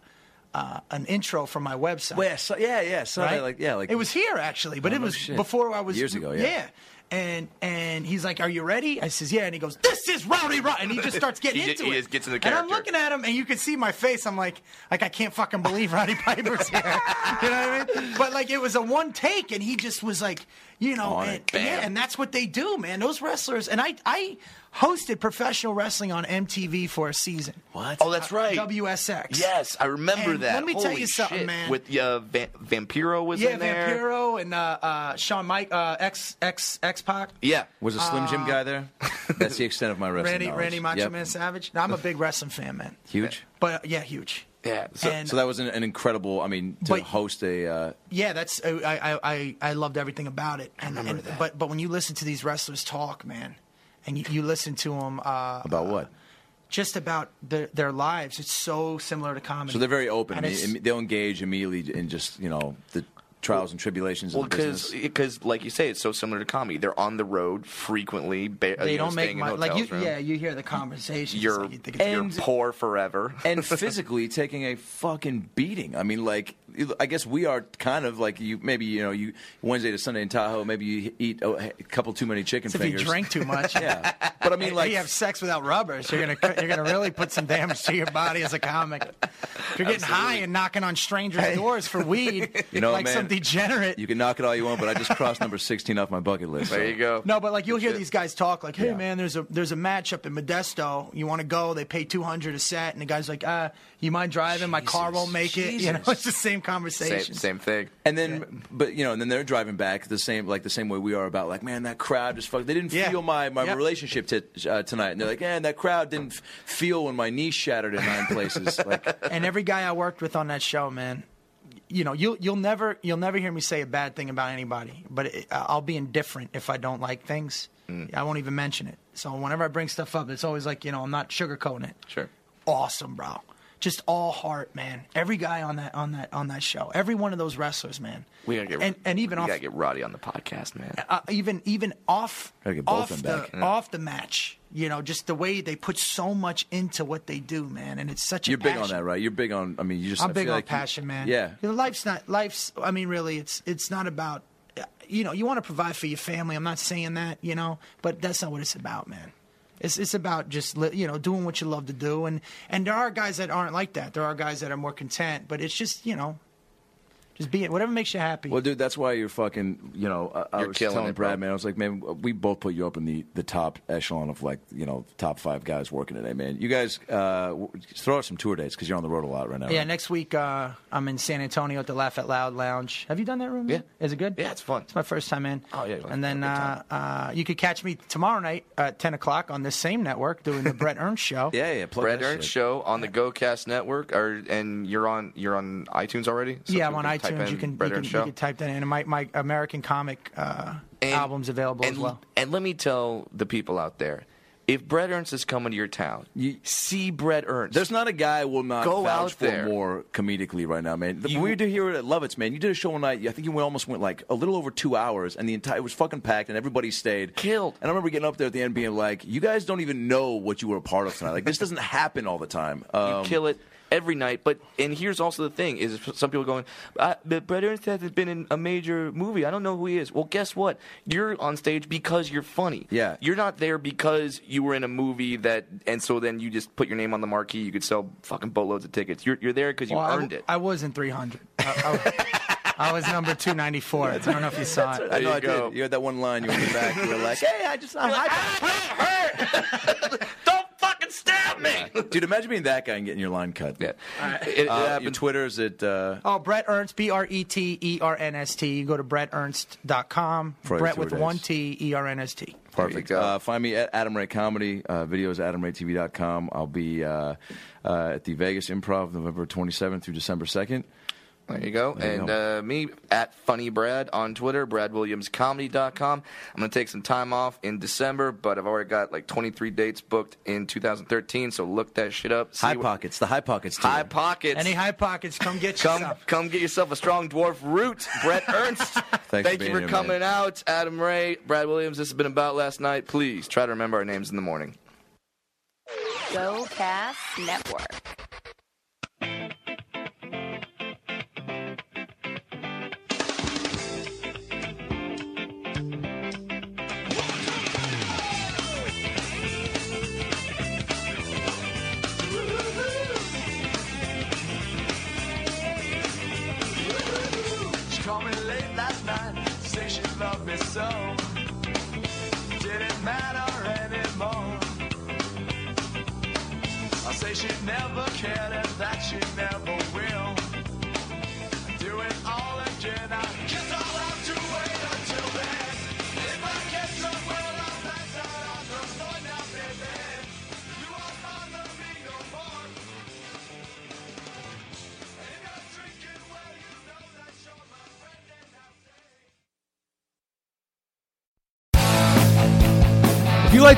[SPEAKER 2] uh, an intro for my website.
[SPEAKER 3] Yeah, so, yeah, yeah. So
[SPEAKER 2] right?
[SPEAKER 3] like yeah, like
[SPEAKER 2] it was here actually, but
[SPEAKER 3] Oh,
[SPEAKER 2] it
[SPEAKER 3] no
[SPEAKER 2] was
[SPEAKER 3] shit.
[SPEAKER 2] before I was
[SPEAKER 3] Years ago, yeah.
[SPEAKER 2] And and he's like, "Are you ready?" I says, "Yeah." And he goes, "This is Rowdy Rod," and he just starts getting
[SPEAKER 1] He ju-
[SPEAKER 2] into
[SPEAKER 1] he
[SPEAKER 2] it.
[SPEAKER 1] just gets into
[SPEAKER 2] And I'm
[SPEAKER 1] character.
[SPEAKER 2] looking at him, and you can see my face. I'm like, like I can't fucking believe Roddy Piper's here. you know what I mean? But like, it was a one take, and he just was like, you know,
[SPEAKER 3] On
[SPEAKER 2] and,
[SPEAKER 3] it, bam.
[SPEAKER 2] yeah, and that's what they do, man. Those wrestlers, and I I hosted professional wrestling on MTV for a season. Uh,
[SPEAKER 3] what?
[SPEAKER 1] Oh, that's right.
[SPEAKER 2] WSX.
[SPEAKER 1] Yes, I remember
[SPEAKER 2] And
[SPEAKER 1] that.
[SPEAKER 2] let me tell
[SPEAKER 1] Holy
[SPEAKER 2] you something,
[SPEAKER 1] shit.
[SPEAKER 2] man.
[SPEAKER 1] With uh, Va- Vampiro was
[SPEAKER 2] Yeah,
[SPEAKER 1] in there.
[SPEAKER 2] Vampiro and uh, uh, Shawn Mike, uh, X X X Pac,
[SPEAKER 1] Yeah,
[SPEAKER 3] was a Slim Jim guy there? That's the extent of my wrestling
[SPEAKER 2] uh, Randy
[SPEAKER 3] knowledge.
[SPEAKER 2] Randy Macho
[SPEAKER 3] Yep.
[SPEAKER 2] Man Savage. Now, I'm a big wrestling fan, man.
[SPEAKER 3] huge.
[SPEAKER 2] But uh, yeah, huge.
[SPEAKER 1] yeah. So,
[SPEAKER 2] and
[SPEAKER 3] So that was an, an incredible. I mean, to
[SPEAKER 2] But-
[SPEAKER 3] host a uh,
[SPEAKER 2] yeah, that's I I I, I loved everything about it. And, and but but when you listen to these wrestlers talk, man, and you, you listen to them uh,
[SPEAKER 3] about what?
[SPEAKER 2] just about their their lives, it's so similar to comedy.
[SPEAKER 3] So they're very open.
[SPEAKER 2] And it's-
[SPEAKER 3] Im- They'll engage immediately in just you know the trials and tribulations
[SPEAKER 1] well,
[SPEAKER 3] of the business.
[SPEAKER 1] because like you say, it's so similar to comedy. They're on the road frequently. Ba-
[SPEAKER 2] they
[SPEAKER 1] you know,
[SPEAKER 2] don't make
[SPEAKER 1] staying in
[SPEAKER 2] money. Like you,
[SPEAKER 1] hotels, right?
[SPEAKER 2] yeah, you hear the conversations.
[SPEAKER 1] You're,
[SPEAKER 2] like you think it's-
[SPEAKER 1] you're
[SPEAKER 3] And-
[SPEAKER 1] poor forever.
[SPEAKER 3] and physically taking a fucking beating. I mean, like, I guess we are kind of like you. Maybe you know, you Wednesday to Sunday in Tahoe. Maybe you eat a couple too many chicken
[SPEAKER 2] if
[SPEAKER 3] fingers.
[SPEAKER 2] you drink too much,
[SPEAKER 3] yeah. But I mean,
[SPEAKER 2] If
[SPEAKER 3] like,
[SPEAKER 2] you have sex without rubbers, you're gonna you're gonna really put some damage to your body as a comic. If you're getting high and knocking on strangers' doors for weed,
[SPEAKER 3] You know,
[SPEAKER 2] like some
[SPEAKER 3] man,
[SPEAKER 2] degenerate.
[SPEAKER 3] you can knock it all you want, but I just crossed number sixteen off my bucket list.
[SPEAKER 1] there
[SPEAKER 3] so.
[SPEAKER 1] you go.
[SPEAKER 2] no, but like you'll hear these guys talk like, "Hey
[SPEAKER 3] Yeah.
[SPEAKER 2] man, there's a there's a matchup in Modesto. You want to go? They pay 200 a set." And the guy's like, "Uh, you mind driving? My car
[SPEAKER 3] Jesus,
[SPEAKER 2] won't make it." You know,
[SPEAKER 3] Jesus.
[SPEAKER 2] it's the same
[SPEAKER 1] Same,
[SPEAKER 2] conversation.
[SPEAKER 1] same thing.
[SPEAKER 3] And then, but you know, and then they're driving back the same, like the same way we are about, like, man, that crowd just fuck. They didn't
[SPEAKER 2] Yeah.
[SPEAKER 3] feel my my
[SPEAKER 2] Yeah.
[SPEAKER 3] relationship t- uh, tonight, and they're like, man, that crowd didn't f- feel when my knee shattered in nine places. Like,
[SPEAKER 2] and every guy I worked with on that show, man, you know, you'll you'll never you'll never hear me say a bad thing about anybody. But it, I'll be indifferent if I don't like things.
[SPEAKER 3] Mm.
[SPEAKER 2] I won't even mention it. So whenever I bring stuff up, it's always like you know I'm not sugarcoating it.
[SPEAKER 1] Sure.
[SPEAKER 2] Awesome, bro. just all heart, man. Every guy on that on that on that show, every one of those wrestlers, man.
[SPEAKER 1] We gotta get
[SPEAKER 2] and, and even
[SPEAKER 1] we
[SPEAKER 2] off
[SPEAKER 1] gotta get Roddy on the podcast, man.
[SPEAKER 2] uh, even even off
[SPEAKER 3] Gotta get both
[SPEAKER 2] off
[SPEAKER 3] of
[SPEAKER 2] the
[SPEAKER 3] them back. Mm.
[SPEAKER 1] Yeah.
[SPEAKER 2] off the match. You know, just the way they put so much into what they do, man, and it's such.
[SPEAKER 3] You're
[SPEAKER 2] a
[SPEAKER 3] big on
[SPEAKER 2] passion.
[SPEAKER 3] that, right? You're big on. I mean, you just.
[SPEAKER 2] I'm
[SPEAKER 3] I
[SPEAKER 2] big
[SPEAKER 3] feel
[SPEAKER 2] on
[SPEAKER 3] like you-
[SPEAKER 2] passion, man.
[SPEAKER 3] Yeah.
[SPEAKER 2] You know, life's not life's. I mean, really, it's it's not about. You know, you want to provide for your family. I'm not saying that, you know, but that's not what it's about, man. It's it's about just li- you know doing what you love to do, and and there are guys that aren't like that. There are guys that are more content, but it's just you know, just be it. Whatever makes you happy.
[SPEAKER 3] Well, dude, that's why you're fucking. You know, I, I
[SPEAKER 1] You're
[SPEAKER 3] was
[SPEAKER 1] killing
[SPEAKER 3] telling
[SPEAKER 1] it, bro.
[SPEAKER 3] Brad, man. I was like, man, we both put you up in the, the top echelon of like, you know, top five guys working today, man. You guys uh, w- throw out some tour dates because you're on the road a lot right now.
[SPEAKER 2] Yeah,
[SPEAKER 3] right?
[SPEAKER 2] next week uh, I'm in San Antonio at the Laugh Out Loud Lounge. Have you done that room?
[SPEAKER 1] Yeah.
[SPEAKER 2] Is it good?
[SPEAKER 1] Yeah, it's fun.
[SPEAKER 2] It's my first time in.
[SPEAKER 1] Oh, yeah, you'll
[SPEAKER 2] And then
[SPEAKER 1] have
[SPEAKER 2] uh, uh, you could catch me tomorrow night at 10 o'clock on this same network doing the Brett Ernst Show.
[SPEAKER 3] yeah, yeah. Plug
[SPEAKER 1] Brad
[SPEAKER 3] that
[SPEAKER 1] Ernst
[SPEAKER 3] shit.
[SPEAKER 1] show on the GoCast network, or and you're on you're on iTunes already. So
[SPEAKER 2] yeah, I'm
[SPEAKER 1] people
[SPEAKER 2] on
[SPEAKER 1] can type
[SPEAKER 2] iTunes.
[SPEAKER 1] in
[SPEAKER 2] You can,
[SPEAKER 1] Brad
[SPEAKER 2] you, can,
[SPEAKER 1] Ernst
[SPEAKER 2] you
[SPEAKER 1] show.
[SPEAKER 2] can type that in. And my, my American comic uh,
[SPEAKER 1] And-
[SPEAKER 2] album's available
[SPEAKER 1] and,
[SPEAKER 2] as well.
[SPEAKER 1] And let me tell the people out there, if Brett Ernst is coming to your town,
[SPEAKER 3] You-
[SPEAKER 1] see Brett Ernst.
[SPEAKER 3] There's not a guy will not
[SPEAKER 1] Go
[SPEAKER 3] vouch
[SPEAKER 1] out
[SPEAKER 3] for
[SPEAKER 1] there.
[SPEAKER 3] more comedically right now, man. The,
[SPEAKER 1] You-
[SPEAKER 3] when we did here at Lovitz, man, you did a show one night. I think you went, almost went like a little over two hours, and the entire it was fucking packed, and everybody stayed
[SPEAKER 1] Killed.
[SPEAKER 3] And I remember getting up there at the end, being like, "You guys don't even know what you were a part of tonight. Like this doesn't happen all the time."
[SPEAKER 1] you
[SPEAKER 3] Um,
[SPEAKER 1] kill it every night. But and here's also the thing: is some people going, uh, but Brett Ernst hasn't been in a major movie. I don't know who he is. Well, guess what? You're on stage because you're funny.
[SPEAKER 3] Yeah.
[SPEAKER 1] you're not there because you were in a movie that, and so then you just put your name on the marquee. You could sell fucking boatloads of tickets. You're you're there because you
[SPEAKER 2] Well, I-
[SPEAKER 1] earned it.
[SPEAKER 2] I was in 300. I, I, I was number 294. I don't know if you saw it.
[SPEAKER 3] I know
[SPEAKER 1] you
[SPEAKER 3] I
[SPEAKER 1] go. "Ah,
[SPEAKER 3] did. You had that one line. You were in the back. You were like, "Hey, I just." I'm
[SPEAKER 1] don't fucking stab me. Yeah.
[SPEAKER 3] hyped." Dude, imagine being that guy and getting your line cut.
[SPEAKER 1] It, it
[SPEAKER 3] Uh, your
[SPEAKER 1] happened.
[SPEAKER 3] Twitter's at uh,
[SPEAKER 2] Oh, Brett Ernst, B R E T E R N S T. You go to bretternst.com.
[SPEAKER 3] Friday
[SPEAKER 2] Brett
[SPEAKER 3] tour
[SPEAKER 2] with
[SPEAKER 3] days.
[SPEAKER 2] one T, E R N S T.
[SPEAKER 3] Perfect.
[SPEAKER 1] There you go.
[SPEAKER 3] Uh, find me at Adam Ray Comedy. Uh, videos at AdamRayTV.com. I'll be uh, uh, at the Vegas Improv November 27th through December 2nd.
[SPEAKER 1] There you go.
[SPEAKER 3] There you
[SPEAKER 1] and
[SPEAKER 3] go.
[SPEAKER 1] Uh, me at Funny Brad on Twitter, BradWilliamsComedy.com. I'm going to take some time off in December, but I've already got like 23 dates booked in 2013, so look that shit up. See
[SPEAKER 3] High
[SPEAKER 1] what-
[SPEAKER 3] Pockets. The High Pockets tour.
[SPEAKER 1] High Pockets.
[SPEAKER 2] Any high pockets, come get you
[SPEAKER 1] Come,
[SPEAKER 2] some.
[SPEAKER 1] come get yourself a strong dwarf root, Brett Ernst.
[SPEAKER 3] Thanks
[SPEAKER 1] Thank
[SPEAKER 3] for
[SPEAKER 1] you
[SPEAKER 3] being
[SPEAKER 1] for
[SPEAKER 3] here,
[SPEAKER 1] coming
[SPEAKER 3] man.
[SPEAKER 1] out, Adam Ray, Brad Williams. This has been about last night. Please try to remember our names in the morning.
[SPEAKER 8] GoCast Network.
[SPEAKER 9] She called me late last night, say she loved me so. Didn't matter anymore. I say she never cared and that she never will. Do it all again. I guess I'll have to wait until then. If I get somewhere else that's out of the way now, baby, you won't bother me no more. And if I'm drinking, well, you know that you're my friend and I'll stay.
[SPEAKER 10] If you like